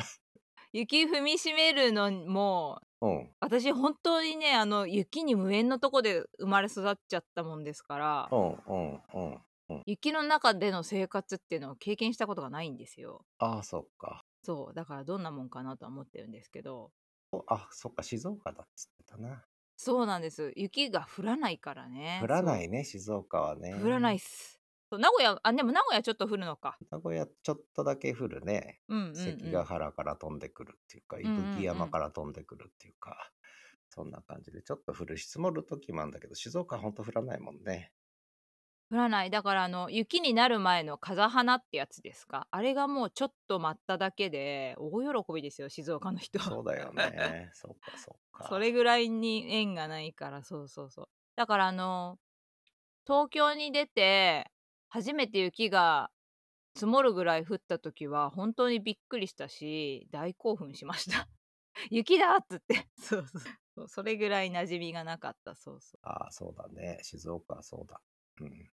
S2: 雪踏みしめるのも
S1: うん、
S2: 私本当にねあの雪に無縁のとこで生まれ育っちゃったもんですから
S1: うん、うん、うん。
S2: 雪の中での生活っていうのを経験したことがないんですよ
S1: ああ、そっか。
S2: そうだからどんなもんかなとは思ってるんですけど
S1: おあ、そっか、静岡だっつってたな。
S2: そうなんです雪が降らないからね
S1: 降ら
S2: い
S1: ないね、静岡はね。
S2: 降らないっす。そう名古屋あでも名古屋ちょっと降るのか。
S1: 名古屋ちょっとだけ降るね。
S2: うんうん、うん。
S1: 関ヶ原から飛んでくるっていうか、伊
S2: んうんうん
S1: 吹山から飛んでくるっていうか、そんな感じで、ちょっと降るし、積もる時もあるんだけど、静岡はほんと降らないもんね。
S2: 降らないだからあの雪になる前の風花ってやつですか。あれがもうちょっと待っただけで大喜びですよ静岡の人。
S1: そうだよ。 ね。そっか、そっか。
S2: それぐらいに縁がないからそうそうそう。だからあの東京に出て初めて雪が積もるぐらい降った時は本当にびっくりしたし大興奮しました。 雪だっつって そうそうそうそれぐらい馴染みがなかったそうそう
S1: ああ、そうだね。静岡はそうだ。うん。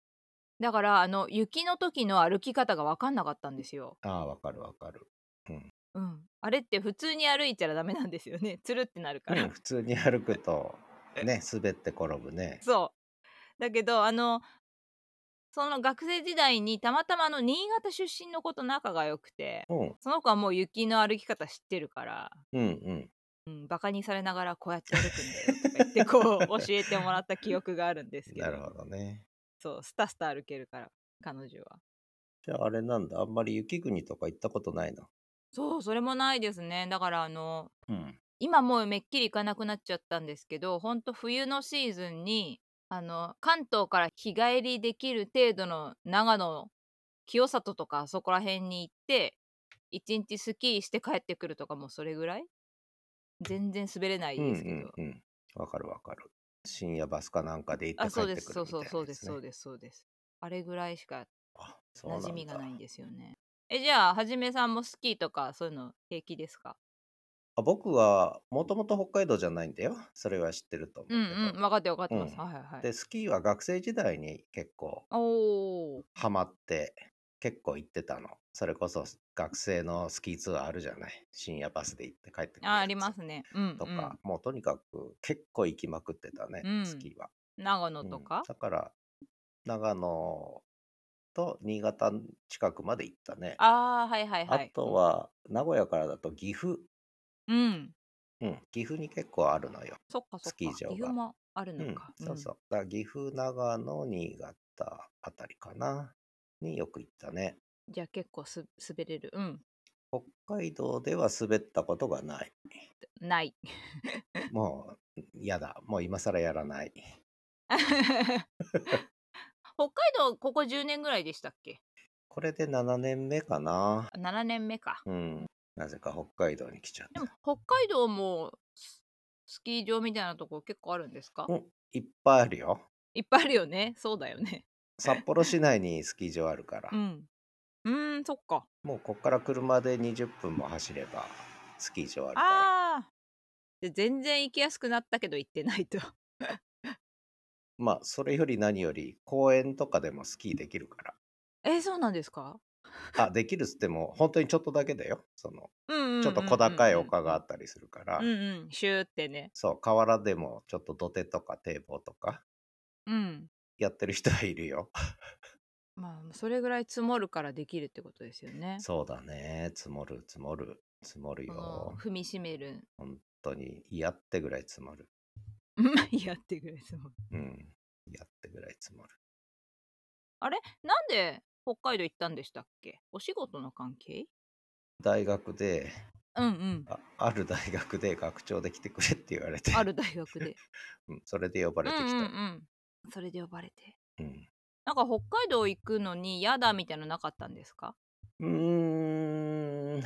S2: だからあの雪の時の歩き方が分かんなかったんですよ、
S1: ああ、わかるわか る。
S2: うん、あれって普通に歩いたらダメなんですよねつるってなるから、
S1: うん普通に歩くと、ね、滑って転ぶね。
S2: そうだけどあのその学生時代にたまたまあの新潟出身の子と仲が良くて
S1: うん、
S2: その子はもう雪の歩き方知ってるから、
S1: うん、うん。
S2: うん、バカにされながらこうやって歩くんだよとか言ってこ う教えてもらった記憶があるんですけど
S1: なるほどね。
S2: そうスタスタ歩けるから彼女は
S1: じゃああれなんだ、あんまり雪国とか行ったことないの。
S2: そうそれもないですねだからあの
S1: うん。
S2: 今もうめっきり行かなくなっちゃったんですけどほんと冬のシーズンにあの関東から日帰りできる程度の長野の清里とかそこら辺に行って一日スキーして帰ってくるとかもうそれぐらい全然滑れない
S1: うん、う
S2: ですけど、
S1: ん、うん。わかるわかる。深夜バスかなんかで行っ
S2: あ
S1: て帰
S2: そう
S1: っ
S2: で
S1: て
S2: す
S1: く
S2: そ
S1: る
S2: う
S1: みたいなやつね、
S2: そうそうですそうですそうですあれぐらいしか
S1: あそうな
S2: 馴
S1: んだ
S2: 染みがないんですよねえじゃあはじめさんもスキーとかそういうの平気ですか
S1: あ僕はもともと北海道じゃないんだよ。それは知ってると思う
S2: う
S1: け
S2: ん
S1: ど。
S2: うん分かって分かってます、
S1: うん
S2: はいはいはい
S1: で、スキーは学生時代に結構
S2: おー
S1: ハマって結構行ってたのそれこそ学生のスキーツアーあるじゃない深夜バスで行って帰ってくるや
S2: あ
S1: つ
S2: ありますねうん
S1: と
S2: うん
S1: か、もうとにかく結構行きまくってたね、
S2: うん
S1: スキーは、
S2: 長野
S1: うん
S2: とか、
S1: だから長野と新潟近くまで行ったねあ,、
S2: ああはいはいはい
S1: とは名古屋からだと岐阜、
S2: うん
S1: うん、岐阜に結構あるのよ、
S2: そっかそっか
S1: スキー場が
S2: 岐阜もある
S1: う
S2: の
S1: ん
S2: か、、
S1: そうそうだから岐阜長野新潟あたりかなによく行ったね
S2: うんじゃあ結構す滑れるうん
S1: 北海道では滑ったことがない
S2: ない
S1: もう嫌だ。もう今更やらない。
S2: 北海道ここ10年ぐらいでしたっけ
S1: これで7年目かな。
S2: 7年目か
S1: うん。なぜか北海道に来ちゃっ
S2: で
S1: た
S2: も。北海道もススキー場みたいなとこ結構あるんですか、
S1: うんいっぱいあるよ。
S2: いっぱいあるよねそうだよね
S1: 札幌市内にスキー場あるから、
S2: うんうーんそっか
S1: もうこっから車で20分も走ればスキー場あるから。
S2: ああーで全然行きやすくなったけど行ってないと
S1: まあ、それより何より公園とかでもスキーできるから。
S2: えそうなんですか
S1: あできるっつっても本当にちょっとだけだよその
S2: うんうんうんうんうん
S1: ちょっと小高い丘があったりするから、
S2: うんうんシューってね
S1: そう河原でもちょっと土手とか堤防とか
S2: うん
S1: やってる人はいるよ
S2: まあそれぐらい積もるからできるってことですよね
S1: そうだね積もる積もる積もるよ
S2: うん踏 みしめる
S1: 本当に嫌ってぐらい積もる
S2: うんいやってぐらい積もる
S1: うん嫌ってぐらい積もる
S2: なんで北海道行ったんでしたっけお仕事の関係
S1: 大学で
S2: うんうん
S1: あ ある大学で学長で来てくれって言われて
S2: ある大学 で
S1: うん、それで呼ば
S2: う
S1: れ
S2: ん
S1: てきた、
S2: うんうんそれで呼ばれて
S1: うん
S2: なんか北海道行くのに嫌だみたいなのなかったんですか
S1: うーん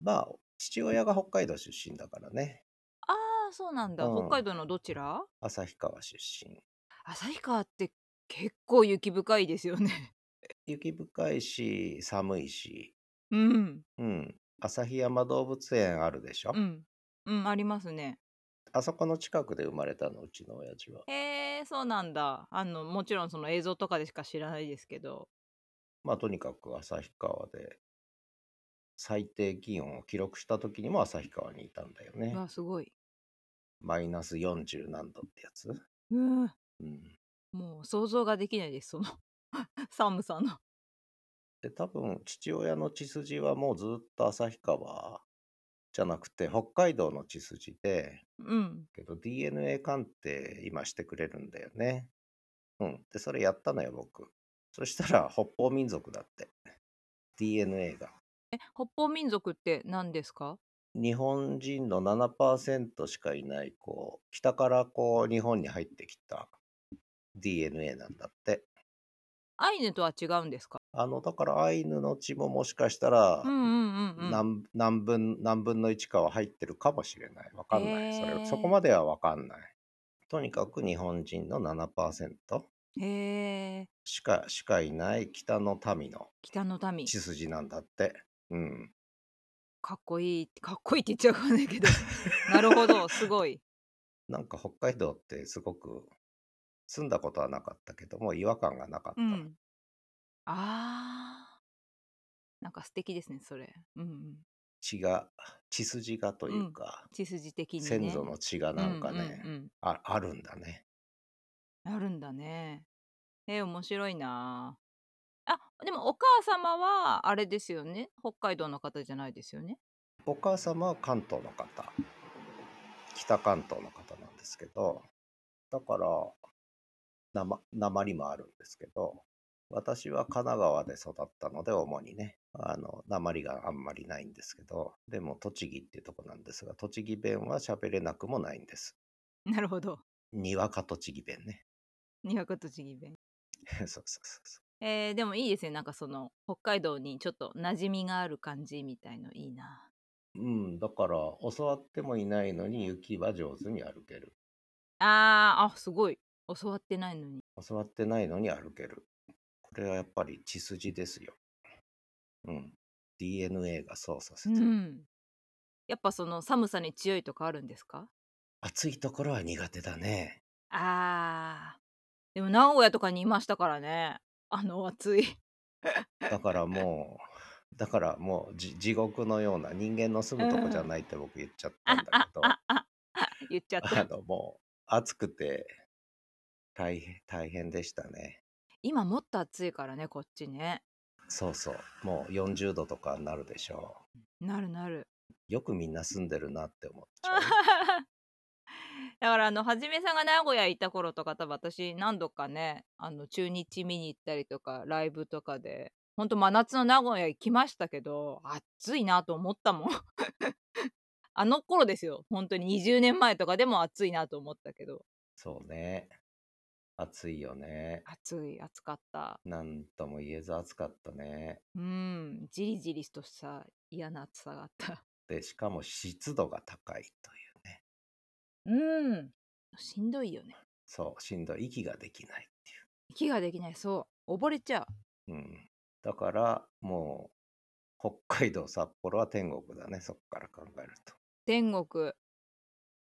S1: まあ父親が北海道出身だからね
S2: ああそうなんだ、
S1: うん
S2: 北海道のどちら
S1: 旭川出身
S2: 旭川って結構雪深いですよね
S1: 雪深いし寒いし
S2: うん
S1: うん旭山動物園あるでしょ、
S2: うんうんありますね
S1: あそこの近くで生まれたのうちの親父は
S2: へえそうなんだあのもちろんその映像とかでしか知らないですけど
S1: まあとにかく旭川で最低気温を記録した時にも旭川にいたんだよね
S2: うわすごい
S1: マイナス40何度ってやつ、
S2: うん
S1: うん、
S2: もう想像ができないですその 寒さの
S1: で多分父親の血筋はもうずっと旭川じゃなくて北海道の血筋で
S2: うん
S1: けど DNA 鑑定今してくれるんだよねうんでそれやったのよ僕そしたら北方民族だって DNA が
S2: え北方民族って何ですか
S1: 日本人の7%しかいないこう北からこう日本に入ってきた DNA なんだって
S2: アイヌとは違うんですか
S1: あのだからアイヌの血ももしかしたら
S2: うんうんうんうん
S1: 何何分何分の1かは入ってるかもしれないわかんない、そ
S2: へ
S1: れ
S2: ー
S1: そこまではわかんないとにかく日本人の7%
S2: へえ
S1: しかしかいない北の民の
S2: 北の民
S1: 血筋なんだってうん
S2: かっこいいかっこいいって言っちゃうかわかんないけどなるほど すごい
S1: なんか北海道ってすごく住んだことはなかったけども違和感がなかった、
S2: うんあーなんか素敵ですねそれうんうん
S1: 血が血筋がというか、
S2: 血筋的にね
S1: 先祖の血がなんかね、
S2: うんうん
S1: ああるんだね
S2: うん、あるんだねえー面白いなああでもお母様はあれですよね北海道の方じゃないですよね
S1: お母様は関東の方北関東の方なんですけどだからなまなまりもあるんですけど私は神奈川で育ったので主にねあのなまりがあんまりないんですけどでも栃木っていうとこなんですが栃木弁は喋れなくもないんです
S2: なるほど
S1: にわか栃木弁ね
S2: にわか栃木弁
S1: そうそうそうそ
S2: えー、でもいいですねなんかその北海道にちょっと馴染みがある感じみたいのいいな
S1: ううんだから教わってもいないのに雪は上手に歩ける
S2: あーあすごい教わってないのに
S1: 教わってないのに歩ける。これはやっぱり血筋ですよ。うん。DNA がそうさせ
S2: う
S1: てる。
S2: んやっぱその寒さに強いとかあるんですか
S1: 暑いところは苦手だね。
S2: あーでも名古屋とかにいましたからねあの暑い
S1: だからもう、 だからもうじ地獄のような人間の住むとこじゃないって僕言っちゃったんだけど、
S2: あああ 言っちゃっ
S1: あ
S2: た
S1: のもう暑くて大変、大変でしたね。
S2: 今もっと暑いからねこっちね
S1: そうそう。もう40度とかになるでしょ
S2: なるな る
S1: う。よくみんな住んでるなって思っち ゃ
S2: だからあのはじめさんが名古屋行った頃とか多分私何度かねあの中日見に行ったりとかライブとかでほんと真夏の名古屋行きましたけど暑いなと思ったもん あの頃ですよ本当に20年前とかでも暑いなと思ったけど
S1: う。そうね。暑いよね。
S2: 暑い暑かった
S1: なんとも言えず暑かったね。
S2: うんじりじりとした嫌な暑さがあった
S1: で、しかも湿度が高いというね。
S2: うんしんどいよね
S1: そう、しんどい。息ができないって
S2: 息ができないそう溺れちゃう
S1: いう。うん。だから、もう、北海道、札幌は天国だね。そこから考えると。
S2: 天国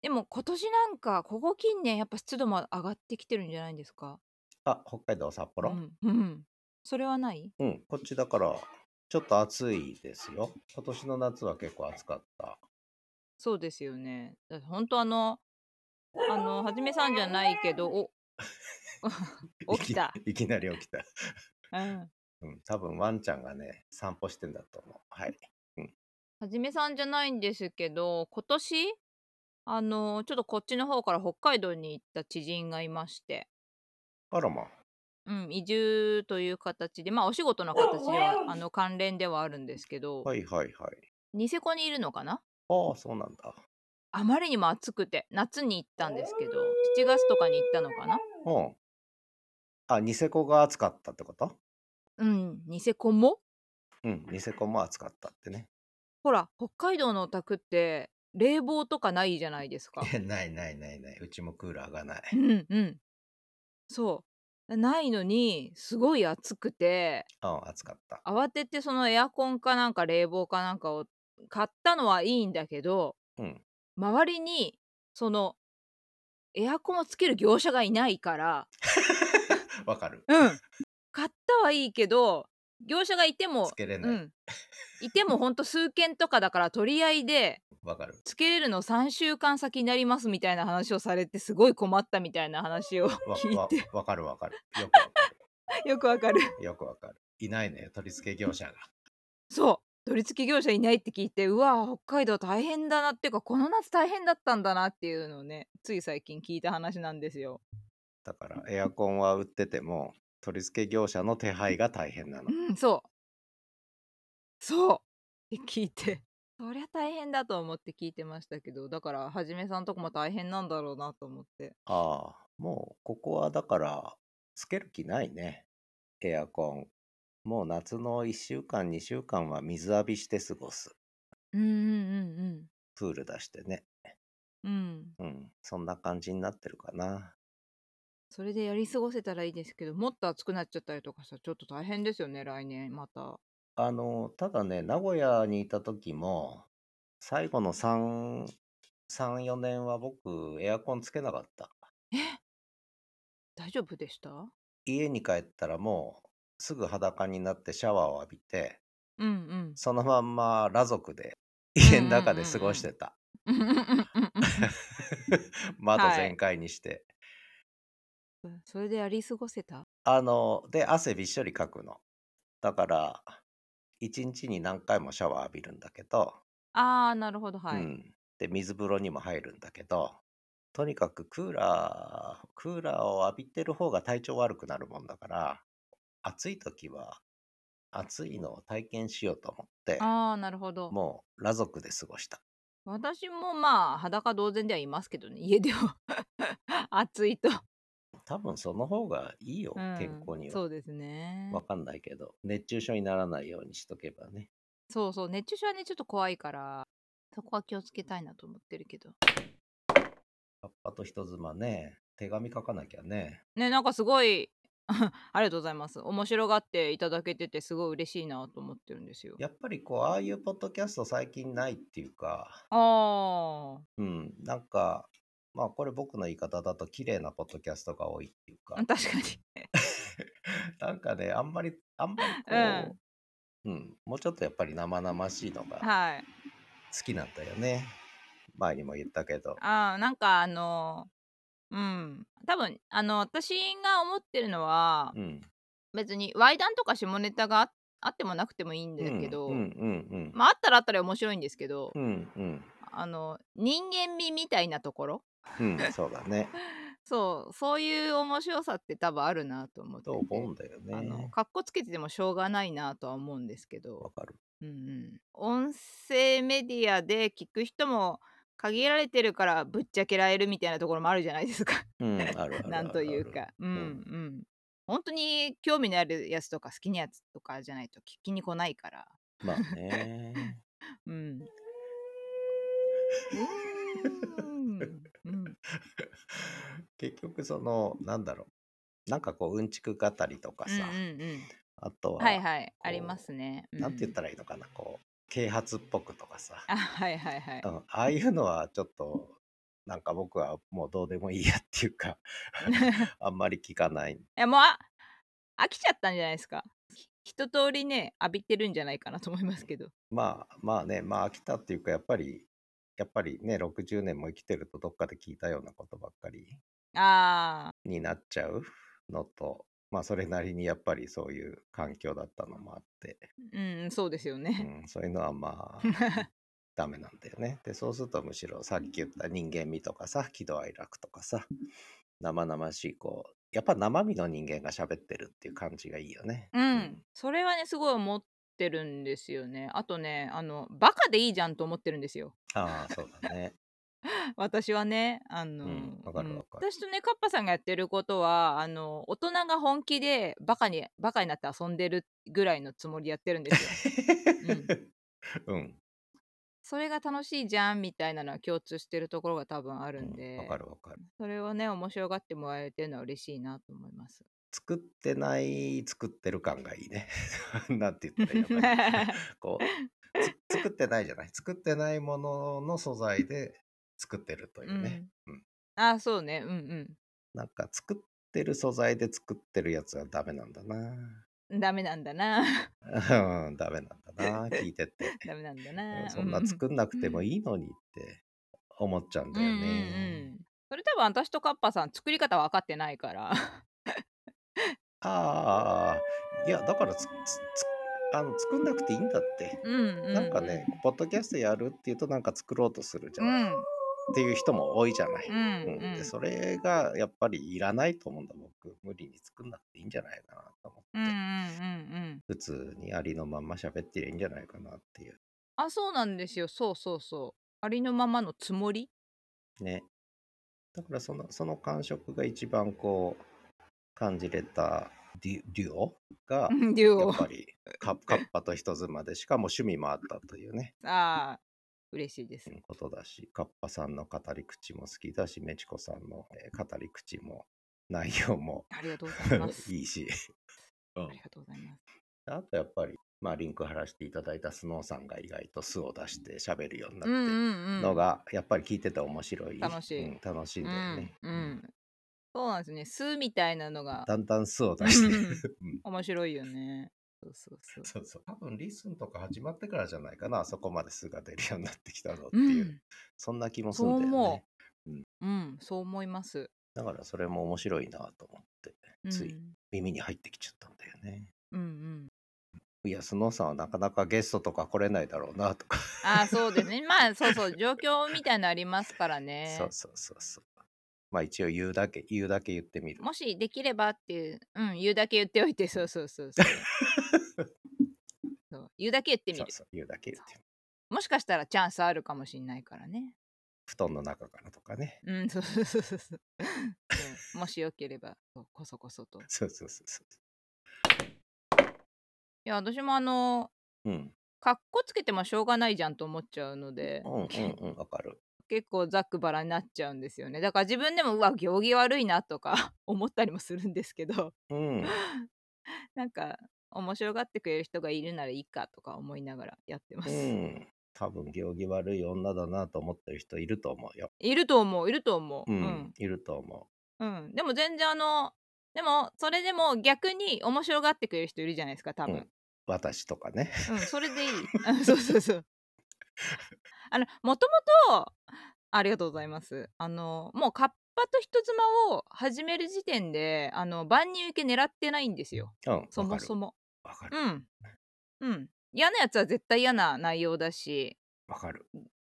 S2: でも今年なんかここ近年やっぱ湿度も上がってきてるんじゃないんですか
S1: あ、北海道、札
S2: う
S1: 幌、うん、
S2: ん、うん、それはない
S1: こっちだから、ちょっと暑いですよ。今年の夏は結構暑かった。
S2: そうですよね。だって本当あの、あの、はじめさんじゃないけど、お、起きた。
S1: いき いきなり起きた。
S2: うん
S1: うん、多分ワンちゃんがね、散歩してんだと思う。はい。
S2: はじめさんじゃないんですけど、今年、あの、ちょっとこっちの方から北海道に行った知人がいまして、
S1: あらま。
S2: うん、移住という形で、まあお仕事の形では、あの、関連ではあるんですけど、
S1: はいはいはい。
S2: ニセコにいるのかな
S1: ああ、そうなんだ。
S2: あまりにも暑くて、夏に行ったんですけど、7月とかに行ったのかな
S1: うん。あ、ニセコが暑かったってこと
S2: うん、ニセコも
S1: うん、ニセコも暑かったってね。
S2: ほら、北海道のお宅って、冷房とかないじゃないですか。
S1: いや ないないないない。うちもクーラーがな
S2: う
S1: い。
S2: んうん。そう。ないのに、すごい暑くて、
S1: うん、暑かった。
S2: 慌ててそのエアコンかなんか冷房かなんかを買ったのはいいんだけど、
S1: うん。
S2: 周りに、その、エアコンをつける業者がいないから、
S1: わかる。
S2: うん。買ったはいいけど、業者がいても
S1: つ、けれ
S2: う
S1: ない。
S2: ん。いてもほんと数件とかだから取り合いで、
S1: わ、かる。
S2: つけれるの3週間先になりますみたいな話をされてすごい困ったみたいな話を
S1: わ
S2: 聞い
S1: わ
S2: て
S1: わかるわかる。よくわか
S2: よくわかる
S1: る。よくわかる。いないのよ、取り付け業者が。
S2: そう取り付け業者いないって聞いてうわ北海道大変だなっていうかこの夏大変だったんだなっていうのをねつい最近聞いた話なんですよ。
S1: だから、エアコンは売ってても、取り付け業者の手配が大変なの。
S2: うんそうそう って聞いてそりゃ大変だと思って聞いてましたけどだからはじめさんとこも大変なんだろうなと思って
S1: ああ、もう、ここはだから、つける気ないね。エアコン。もう夏の1週間、2週間は水浴びして過ごす。
S2: うんうん
S1: プール出してね。
S2: うんうんう
S1: う
S2: ん
S1: ん。そんな感じになってるかな。
S2: それでやり過ごせたらいいですけどもっと暑くなっちゃったりとかしたらちょっと大変ですよね来年また
S1: あの、ただね、名古屋にいた時も、最後の3、3、4年は僕、エアコンつけなかった。
S2: 大丈夫でした
S1: 家に帰ったらもう、すぐ裸になってシャワーを浴びて、
S2: うんうん
S1: そのまんま裸族で、家の中で過ごしてた。
S2: うんうんうんうん
S1: 窓
S2: はい
S1: 全開にして。
S2: うんそれでやり過ごせた
S1: あの、で、汗びっしょりかくの。だから、1日に何回もシャワー浴びるんだけど、
S2: あーなるほどはい、
S1: うん、で水風呂にも入るんだけどとにかくクーラークーラーを浴びてる方が体調悪くなるもんだから暑い時は暑いのを体験しようと思って
S2: あーなるほど
S1: もう裸族で過ごした
S2: 私もまあ裸同然ではいますけどね家では 暑いと、
S1: 多分その方がいいよ、
S2: うん
S1: 健康には
S2: そうですね
S1: わかんないけど熱中症にならないようにしとけばね
S2: そうそう熱中症はねちょっと怖いからそこは気をつけたいなと思ってるけど
S1: 葉っぱと人妻ね手紙書かなきゃね
S2: ねなんかすごいあり がとうございます面白がっていただけててすごい嬉しいなと思ってるんですよ
S1: やっぱりこうああいうポッドキャスト最近ないっていうか
S2: あ
S1: うん、なんか、まあこれ僕の言い方だと綺麗なポッドキャストが多いっていうか
S2: あ、 確か
S1: なんかね、あんまり、あんまりこう、うん、もうちょっとやっぱり生々しいの
S2: に
S1: が
S2: はい
S1: 好きなんだよね。前にも言ったけど。
S2: あーなんかあのうん多分あの私が思ってるのは
S1: うん。
S2: 別に猥談とか下ネタがああってもなくてもいいんだけど、
S1: うんうんうん。
S2: まああったらあったら面白いんですけど、
S1: うんうん。
S2: あの人間味みたいなところ
S1: うん、そうだ ね。
S2: そうそういう面白さって多分あるなと思ってて
S1: と思うんだよ
S2: あの
S1: ね。
S2: かっこつけててもしょうがないなとは思うんですけど
S1: わ、かる。
S2: うんうん、音声メディアで聞く人も限られてるからぶっちゃけられるみたいなところもあるじゃないですか
S1: うん、あるあるあるある。
S2: なんというかうんうん本当に興味のあるやつとか好きなやつとかじゃないと聞きに来ないから
S1: まあね。
S2: うんう ーんうん
S1: 結局その、なんだろう。なんかこう、うんちく語りとかさ、
S2: うんうん
S1: あと
S2: うん、
S1: は、
S2: はいはい
S1: こう
S2: ありますね。
S1: なんて言った
S2: ら、
S1: らいいのかな、こう、啓発っぽくとかさ、
S2: あはいはいはい。
S1: うん、ああいうのはちょっと、なんか僕はもうどうでもいいやっていう か、あんまり聞かない。
S2: いやもうあ飽きちゃったんじゃないですか。一通りね浴びてるんじゃないかなと思いますけど
S1: まあまあねまあ飽きたっていうかやっぱりやっぱりね60年も生きてるとどっかで聞いたようなことばっかり
S2: あ
S1: になっちゃうのとまあそれなりにやっぱりそういう環境だったのもあって、
S2: ーうんそうですよ
S1: う
S2: ね、
S1: ん、 そういうのはまあダメなんだよね。でそうするとむしろさっき言った人間味とかさ喜怒哀楽とかさ生々しいこうやっぱ生身の人間が喋ってるっていう感じがいいよね。
S2: うん、 それはねすごい思ってるんですよねあとねあのバカでいいじゃんと思ってるんですよ
S1: ああそうだね。
S2: 私はねあの、
S1: うんわかるわかる
S2: 私とねカッパさんがやってることはあの大人が本気でバカにバカになって遊んでるぐらいのつもりでやってるんですよ
S1: うん。
S2: それが楽しいじゃんみたいなのは共通してるところが多分あ
S1: う
S2: るんで、
S1: んわかるわかる。
S2: それをね面白がってもらえてるのは嬉しいなと思います
S1: 作ってない作ってる感がいいね。 なんて言ったらいいのか な。こうつ作ってないじゃない作ってないものの素材で作ってるというね、
S2: うん
S1: うん
S2: あそうねうん
S1: なんか作ってる素材で作ってるやつはダメなんだ
S2: うんダメなんだな
S1: なうんダメなんだな聞いてて
S2: ダメなんだ
S1: う
S2: なん
S1: そんな作んなくてもいいのにって思っちゃうんだ
S2: うんうん
S1: よ
S2: うん
S1: ね、
S2: うんそれ多分私とカッパさん作り方分かってないから
S1: ああいやだからつつつあの作んなくていいんだって
S2: うんうんう、
S1: なんかね、ポッドキャストやるっていうとなんか作ろうとするじゃ
S2: う
S1: ない、
S2: ん
S1: っていう人も多いじゃない、
S2: うん
S1: うん
S2: うん
S1: でそれがやっぱりいらないと思うんだ僕無理に作んなくていいんじゃないかなと思って、
S2: うんうんうんうん
S1: 普通にありのまんま喋ってりゃいいんじゃないかなっていう
S2: あそうなんですよそうそうそうありのままのつもり
S1: ねだからそのその感触が一番こう感じれたデュデュオが
S2: うんデュ
S1: や
S2: オ
S1: っぱりカカッパと人妻でしかも趣味もあったというね
S2: あー嬉しいです
S1: うんことだしカッパさんの語り口も好きだしメチコさんのえー語り口も内容も
S2: ありがとうございま す
S1: いいし、う
S2: あ
S1: ん
S2: りがとうございます
S1: あとやっぱり、まあ、リンク貼らせていただいたスノーさんが意外と素を出して喋るようにな
S2: うんう
S1: って
S2: んう
S1: の
S2: ん
S1: が、やっぱり聞いてて面白い。
S2: 楽しい
S1: うん、楽しいんだよね。
S2: うんうん、そうなんですね巣みたいなのが
S1: だんだん素 を出して る。うん
S2: 面白いよねそうそうそう
S1: そうそう多分リスンとか始まってからじゃないかなあそこまで素が出るようになってきたのっていう、
S2: うん
S1: そんな気もす
S2: そう
S1: るんだよ
S2: 思
S1: ね
S2: う、うん、そう思います、
S1: だからそれも面白いなと思って
S2: うん、
S1: つい耳に入ってきちゃったんだよね、
S2: うんうん
S1: いやスノーさんはなかなかゲストとか来れないだろうなとか、
S2: あーそうですね まあそうそう状況みたいのありますからね
S1: そうそうそうそうまあ一応言うだけ言うだけ言ってみる
S2: もしできればっていう、うん、言うだけ言っておいて そうそうそうそうそう言うだけ言ってみ
S1: そ
S2: る
S1: うそう言うだけ言ってみる
S2: もしかしたらチャンスあるかもしれないからね
S1: 布団の中からとかね
S2: うん そうそうそうそうそううんもしよければそうこそこそとい
S1: そうそうそうそ
S2: や私もあの
S1: ううん
S2: かっこつけてもしょうがないじゃんと思っちゃうので、
S1: うんうんうんわかる
S2: 結構ざっくばらになっちゃうんですよねだから自分でもうわ行儀悪いなとか 思ったりもするんですけど
S1: うん
S2: なんか面白がってくれる人がいるならいいかとか思いながらやってます、
S1: うん多分行儀悪い女だなと思ってる人いると思うよ
S2: いると思ういると思う
S1: う、
S2: うんん、
S1: いると思
S2: うんでも全然あのでもそれでも逆に面白がってくれる人いるじゃないですか多分、
S1: う私とかね
S2: うん、それでいい。あ そうそうそう。あの、もともと、ありがとうございます。あの、もうカッパと人妻を始める時点で、あの、万人受け狙ってないんですよ。
S1: うん
S2: そもそ
S1: も
S2: も。
S1: わか
S2: う
S1: る
S2: ん。うん。嫌なやつは絶対嫌な内容だし、
S1: わかる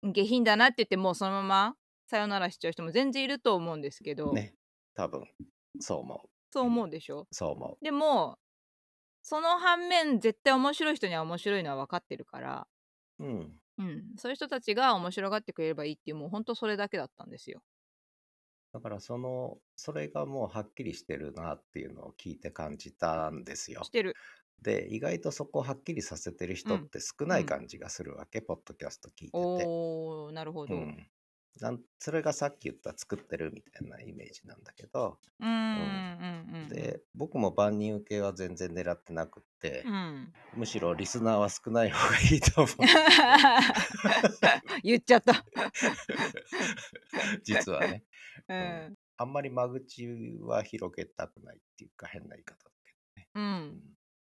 S2: 下品だなって言って、もうそのまま、さよならしちゃう人も全然いると思うんですけど、
S1: ね多分そう思
S2: そう思うでしょ
S1: うそう思
S2: でも、その反面、絶対面白い人には面白いのは分かってるから、
S1: ううん
S2: うん、そういう人たちが面白がってくれればいいっていうもう本当それだけだったんですよ。
S1: だからそのそれがもうはっきりしてるなっていうのを聞いて感じたんですよ
S2: してる。
S1: で意外とそこをはっきりさせてる人
S2: う
S1: っ
S2: ん
S1: て少な
S2: う
S1: い
S2: ん
S1: 感じがするわけ、ポッドキャスト聞いてて、
S2: おーなるほど。
S1: う
S2: うん
S1: ん、なんそれがさっき言った作ってるみたいなイメージなんだけど、
S2: うんうんうん。
S1: で僕も万人受けは全然狙ってなくって
S2: う、 ん。
S1: むしろリスナーは少ない方がいいと思 う
S2: 言っち ゃった。
S1: 実はね
S2: うん。
S1: あんまり間口は広げたくないっていうか変な言い方だけ
S2: うん。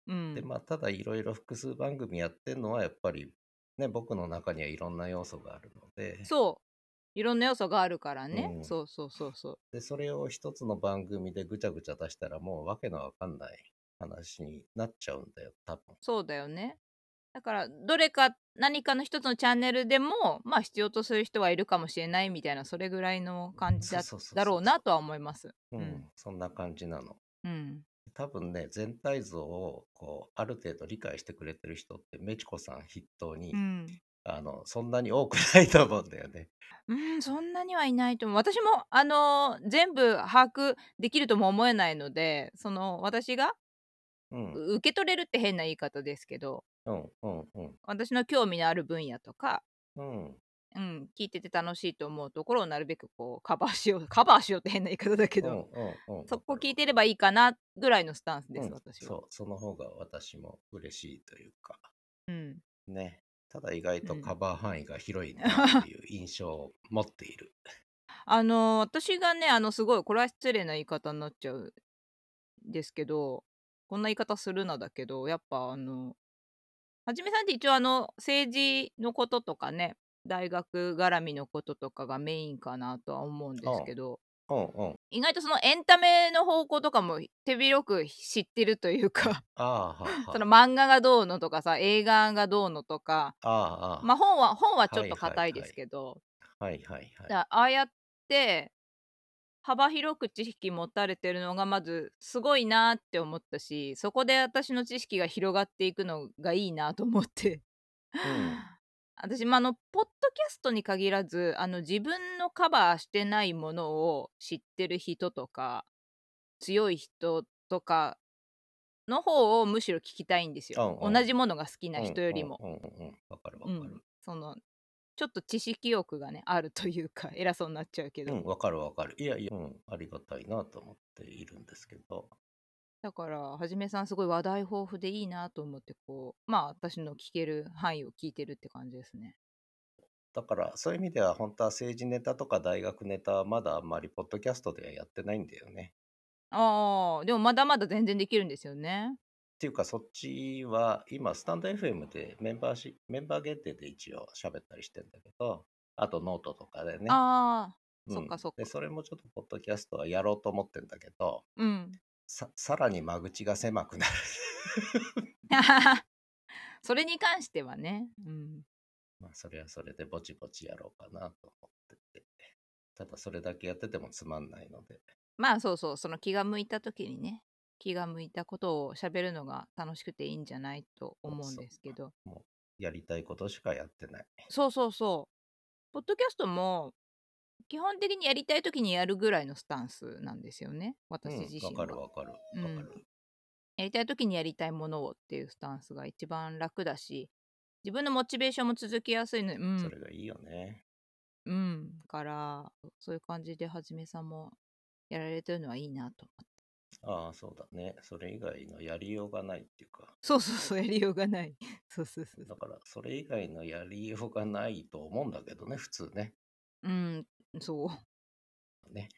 S2: うん
S1: でまあただいろいろ複数番組やってるのはやっぱりね僕の中にはいろんな要素があるので
S2: そういろんな要素があるからね、
S1: うん
S2: そうそうそうそう
S1: でそれを一つの番組でぐちゃぐちゃ出したらもうわけのわかんない話になっちゃうんだよ多分
S2: そうだよねだからどれか何かの一つのチャンネルでもまあ必要とする人はいるかもしれないみたいなそれぐらいの感じだ
S1: そうそうそうそう
S2: だろうなとは思います
S1: うん、
S2: うん
S1: そんな感じなの
S2: うん
S1: 多分ね全体像をこうある程度理解してくれてる人ってメチコさん筆頭に、
S2: うん
S1: あのそんなに多くないと思うんだよね
S2: うん、そんなにはいないと思う。私も、あのー全部把握できるとも思えないので、その、私が
S1: うん
S2: う受け取れるって変な言い方ですけど、
S1: うんうんうん
S2: 私の興味のある分野とか、
S1: うん
S2: うん、聞いてて楽しいと思うところをなるべくこう、カバーしよう、カバーしようって変な言い方だけど、
S1: うんうんうん
S2: そこ聞いてればいいかな、ぐらいのスタンスです、
S1: うん
S2: 私は。
S1: そうその方が私も嬉しいというか
S2: うん。
S1: ねただ意外と
S2: うん
S1: カバー範囲が広いなっていう印象を持っている
S2: あのー私がね、あの、すごい、これは失礼な言い方になっちゃうんですけど、こんな言い方するなだけど、やっぱ、あの、はじめさんって一応、あの、政治のこととかね、大学絡みのこととかがメインかなとは思うんですけど、
S1: うんうん
S2: 意外とそのエンタメの方向とかも手広く知ってるというか、
S1: ああ はあ
S2: その
S1: は
S2: 漫画がどうのとかさ、映画がどうのとか、
S1: あああ
S2: まあ本は、本はちょっと
S1: はいはいはい
S2: 硬いですけど、
S1: はいはいはい
S2: だああやって幅広く知識持たれてるのがまずすごいなって思ったしそこで私の知識が広がっていくのがいいなと思って、
S1: ん
S2: 私、まあ、あのポッドキャストに限らずあの自分のカバーしてないものを知ってる人とか強い人とかの方をむしろ聞きたいんですよ、
S1: うんうん
S2: 同じものが好きな人よりも、
S1: うんうんうんうんわかるわ
S2: う
S1: か
S2: ん
S1: る
S2: そのちょっと知識欲がねあるというか偉そうになっちゃうけど、
S1: うんわかるわかるいやいや、うん、ありがたいなと思っているんですけど
S2: だからはじめさんすごい話題豊富でいいなと思ってこうまあ私の聞ける範囲を聞いてるって感じですね。
S1: だからそういう意味では本当は政治ネタとか大学ネタはまだあんまりポッドキャストではやってないんだよね
S2: ああでもまだまだ全然できるんですよね。
S1: っていうかそっちは今スタンド FM でメンバーしメンバー限定で一応喋ったりしてんだけどあとノートとかでね
S2: ああ
S1: うん
S2: そっかそっか
S1: でそれもちょっとポッドキャストはやろうと思ってんだけど
S2: うん。
S1: ささらに間口が狭くなる
S2: それに関してはね。うん、
S1: まあそれはそれでぼちぼちやろうかなと思っててただそれだけやっててもつまんないので
S2: まあそうそうその気が向いた時にね気が向いたことを喋るのが楽しくていいんじゃないと思うんですけど
S1: やりたいことしかやってない
S2: そうそうそう。ポッドキャストも基本的にやりたい時にやるぐらいのスタンスなんですよね
S1: う
S2: 私
S1: ん
S2: 自身は。
S1: わかるわかるわ
S2: うん
S1: かる
S2: やりたい時にやりたいものをっていうスタンスが一番楽だし自分のモチベーションも続きやすいのでう
S1: そ
S2: ん
S1: れがいいよね
S2: うんからそういう感じではじめさんもやられてるのはいいなと思って
S1: ああそうだねそれ以外のやりようがないっていうか
S2: そうそうそうやりようがない そうそうそうそ
S1: だ
S2: う
S1: からそれ以外のやりようがないと思うんだけどね普通ね
S2: うんそう
S1: ね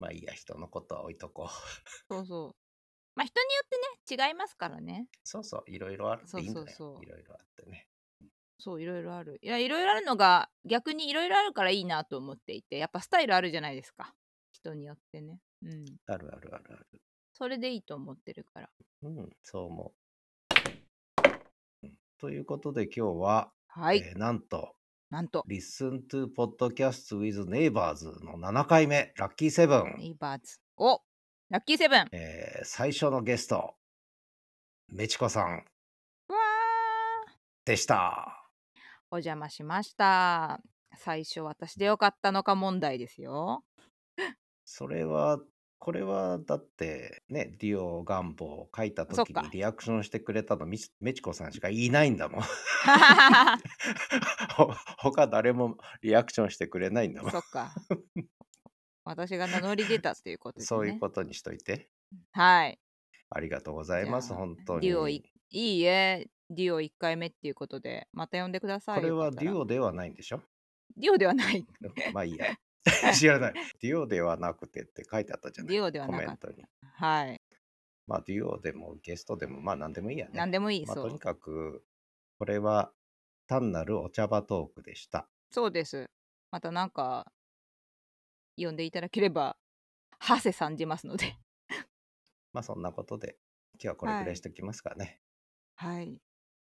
S1: まあいいや人のことは置いとこう
S2: そうそうまあ人によってね違いますからね
S1: そうそういろいろあるっていいんだよ
S2: そうそうそう
S1: いろいろあってね
S2: そういろいろあるいやいろいろあるのが逆にいろいろあるからいいなと思っていてやっぱスタイルあるじゃないですか人によってねうん
S1: あるあるあるある
S2: それでいいと思ってるから
S1: うんそう思ううんということで今日は、
S2: はい、
S1: えーなんと
S2: なんと
S1: Listen to Podcast with Neighbors の7回目ラッキーセブン
S2: ネイバーズ。おラッキーセブンわー
S1: えー最初のゲスト、メチコさんでした。
S2: お邪魔しました。最初私でよかったのか問題ですよ。
S1: それは、これはだってね、ディオ願望を書いた
S2: そっ
S1: 時
S2: か
S1: にリアクションしてくれたのミチメチコさんしかいないんだもん。 ほ他誰もリアクションしてくれないんだもん。
S2: そっか。私が名乗り出たということですね。
S1: そういうことにしといて。
S2: はい。
S1: ありがとうございます、
S2: じゃあ
S1: 本当
S2: デ
S1: に。
S2: ュオいいいえ、デュオ1回目っていうことで、また呼んでください。
S1: これは
S2: よかった
S1: デ
S2: ら
S1: ュオではないんでしょ
S2: デュオではない。
S1: まあいいや。 知らない。デュオではなくてって書いてあったじゃない
S2: デュオではなかった
S1: コメントに。
S2: はい。
S1: まあ、デュオでもゲストでも、まあ、何でもいいやね。
S2: 何でもいい、
S1: まあ、
S2: そ
S1: と
S2: う
S1: にかく、これは単なるお茶場トークでした。
S2: そうですまたなんか呼んでいただければハセさんじますので
S1: まあ、そんなことで、今日はこれぐらいしておきますかね。
S2: はい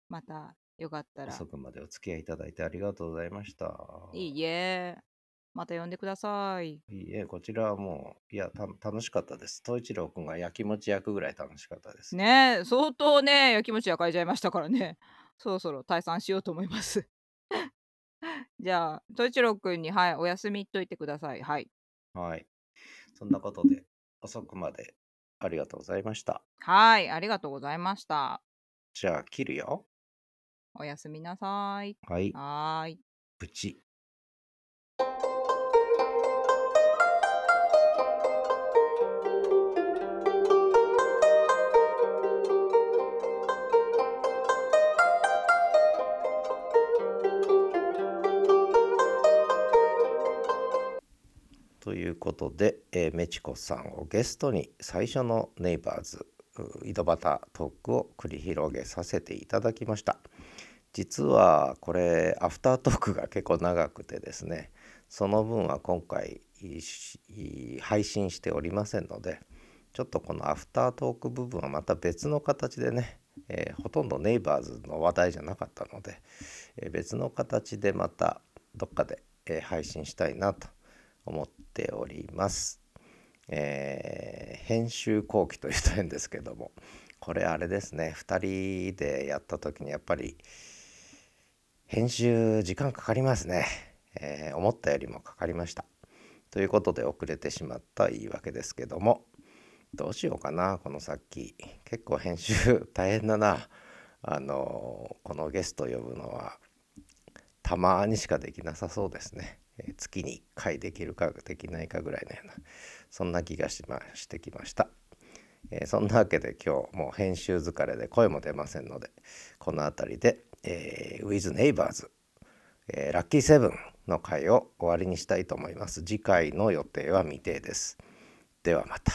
S2: またよかったら
S1: 遅くまでお付き合いいただいてありがとうございました。
S2: いいえまた呼んでください
S1: いいえ、こちらはもう、いや、た楽しかったです。統一郎くんがやきもち焼くぐらい楽しかったです。
S2: ねえ相当ねやきもち焼かれちゃいましたからね そろそろ退散しようと思います じゃあと一郎くんにはいお休み言っといてくださいはい
S1: はい。そんなことで、遅くまでありがとうございました。
S2: はいありがとうございました
S1: じゃあ、切るよ。
S2: おやすみなさい
S1: はい、
S2: はーい
S1: プチ。ということで、えー、メチコさんをゲストに最初のネイバーズう井戸端トークを繰り広げさせていただきました。実はこれアフタートークが結構長くてですねその分は今回いしい配信しておりませんのでちょっとこのアフタートーク部分はまた別の形でね、えーほとんどネイバーズの話題じゃなかったので、えー別の形でまたどっかで、えー配信したいなと思っております。えー編集後期というと変ですけどもこれあれですね2人でやった時にやっぱり編集時間かかりますね、えー思ったよりもかかりましたということで遅れてしまった言い訳ですけどもどうしようかなこの先結構編集大変だなあのーこのゲスト呼ぶのはたまにしかできなさそうですね、えー月に1回できるかできないかぐらいのようなそんな気がしましてきましたえーそんなわけで今日もう編集疲れで声も出ませんのでこの辺りで、えー、With Neighbors、えーラッキーセブンの回を終わりにしたいと思います。次回の予定は未定です。ではまた。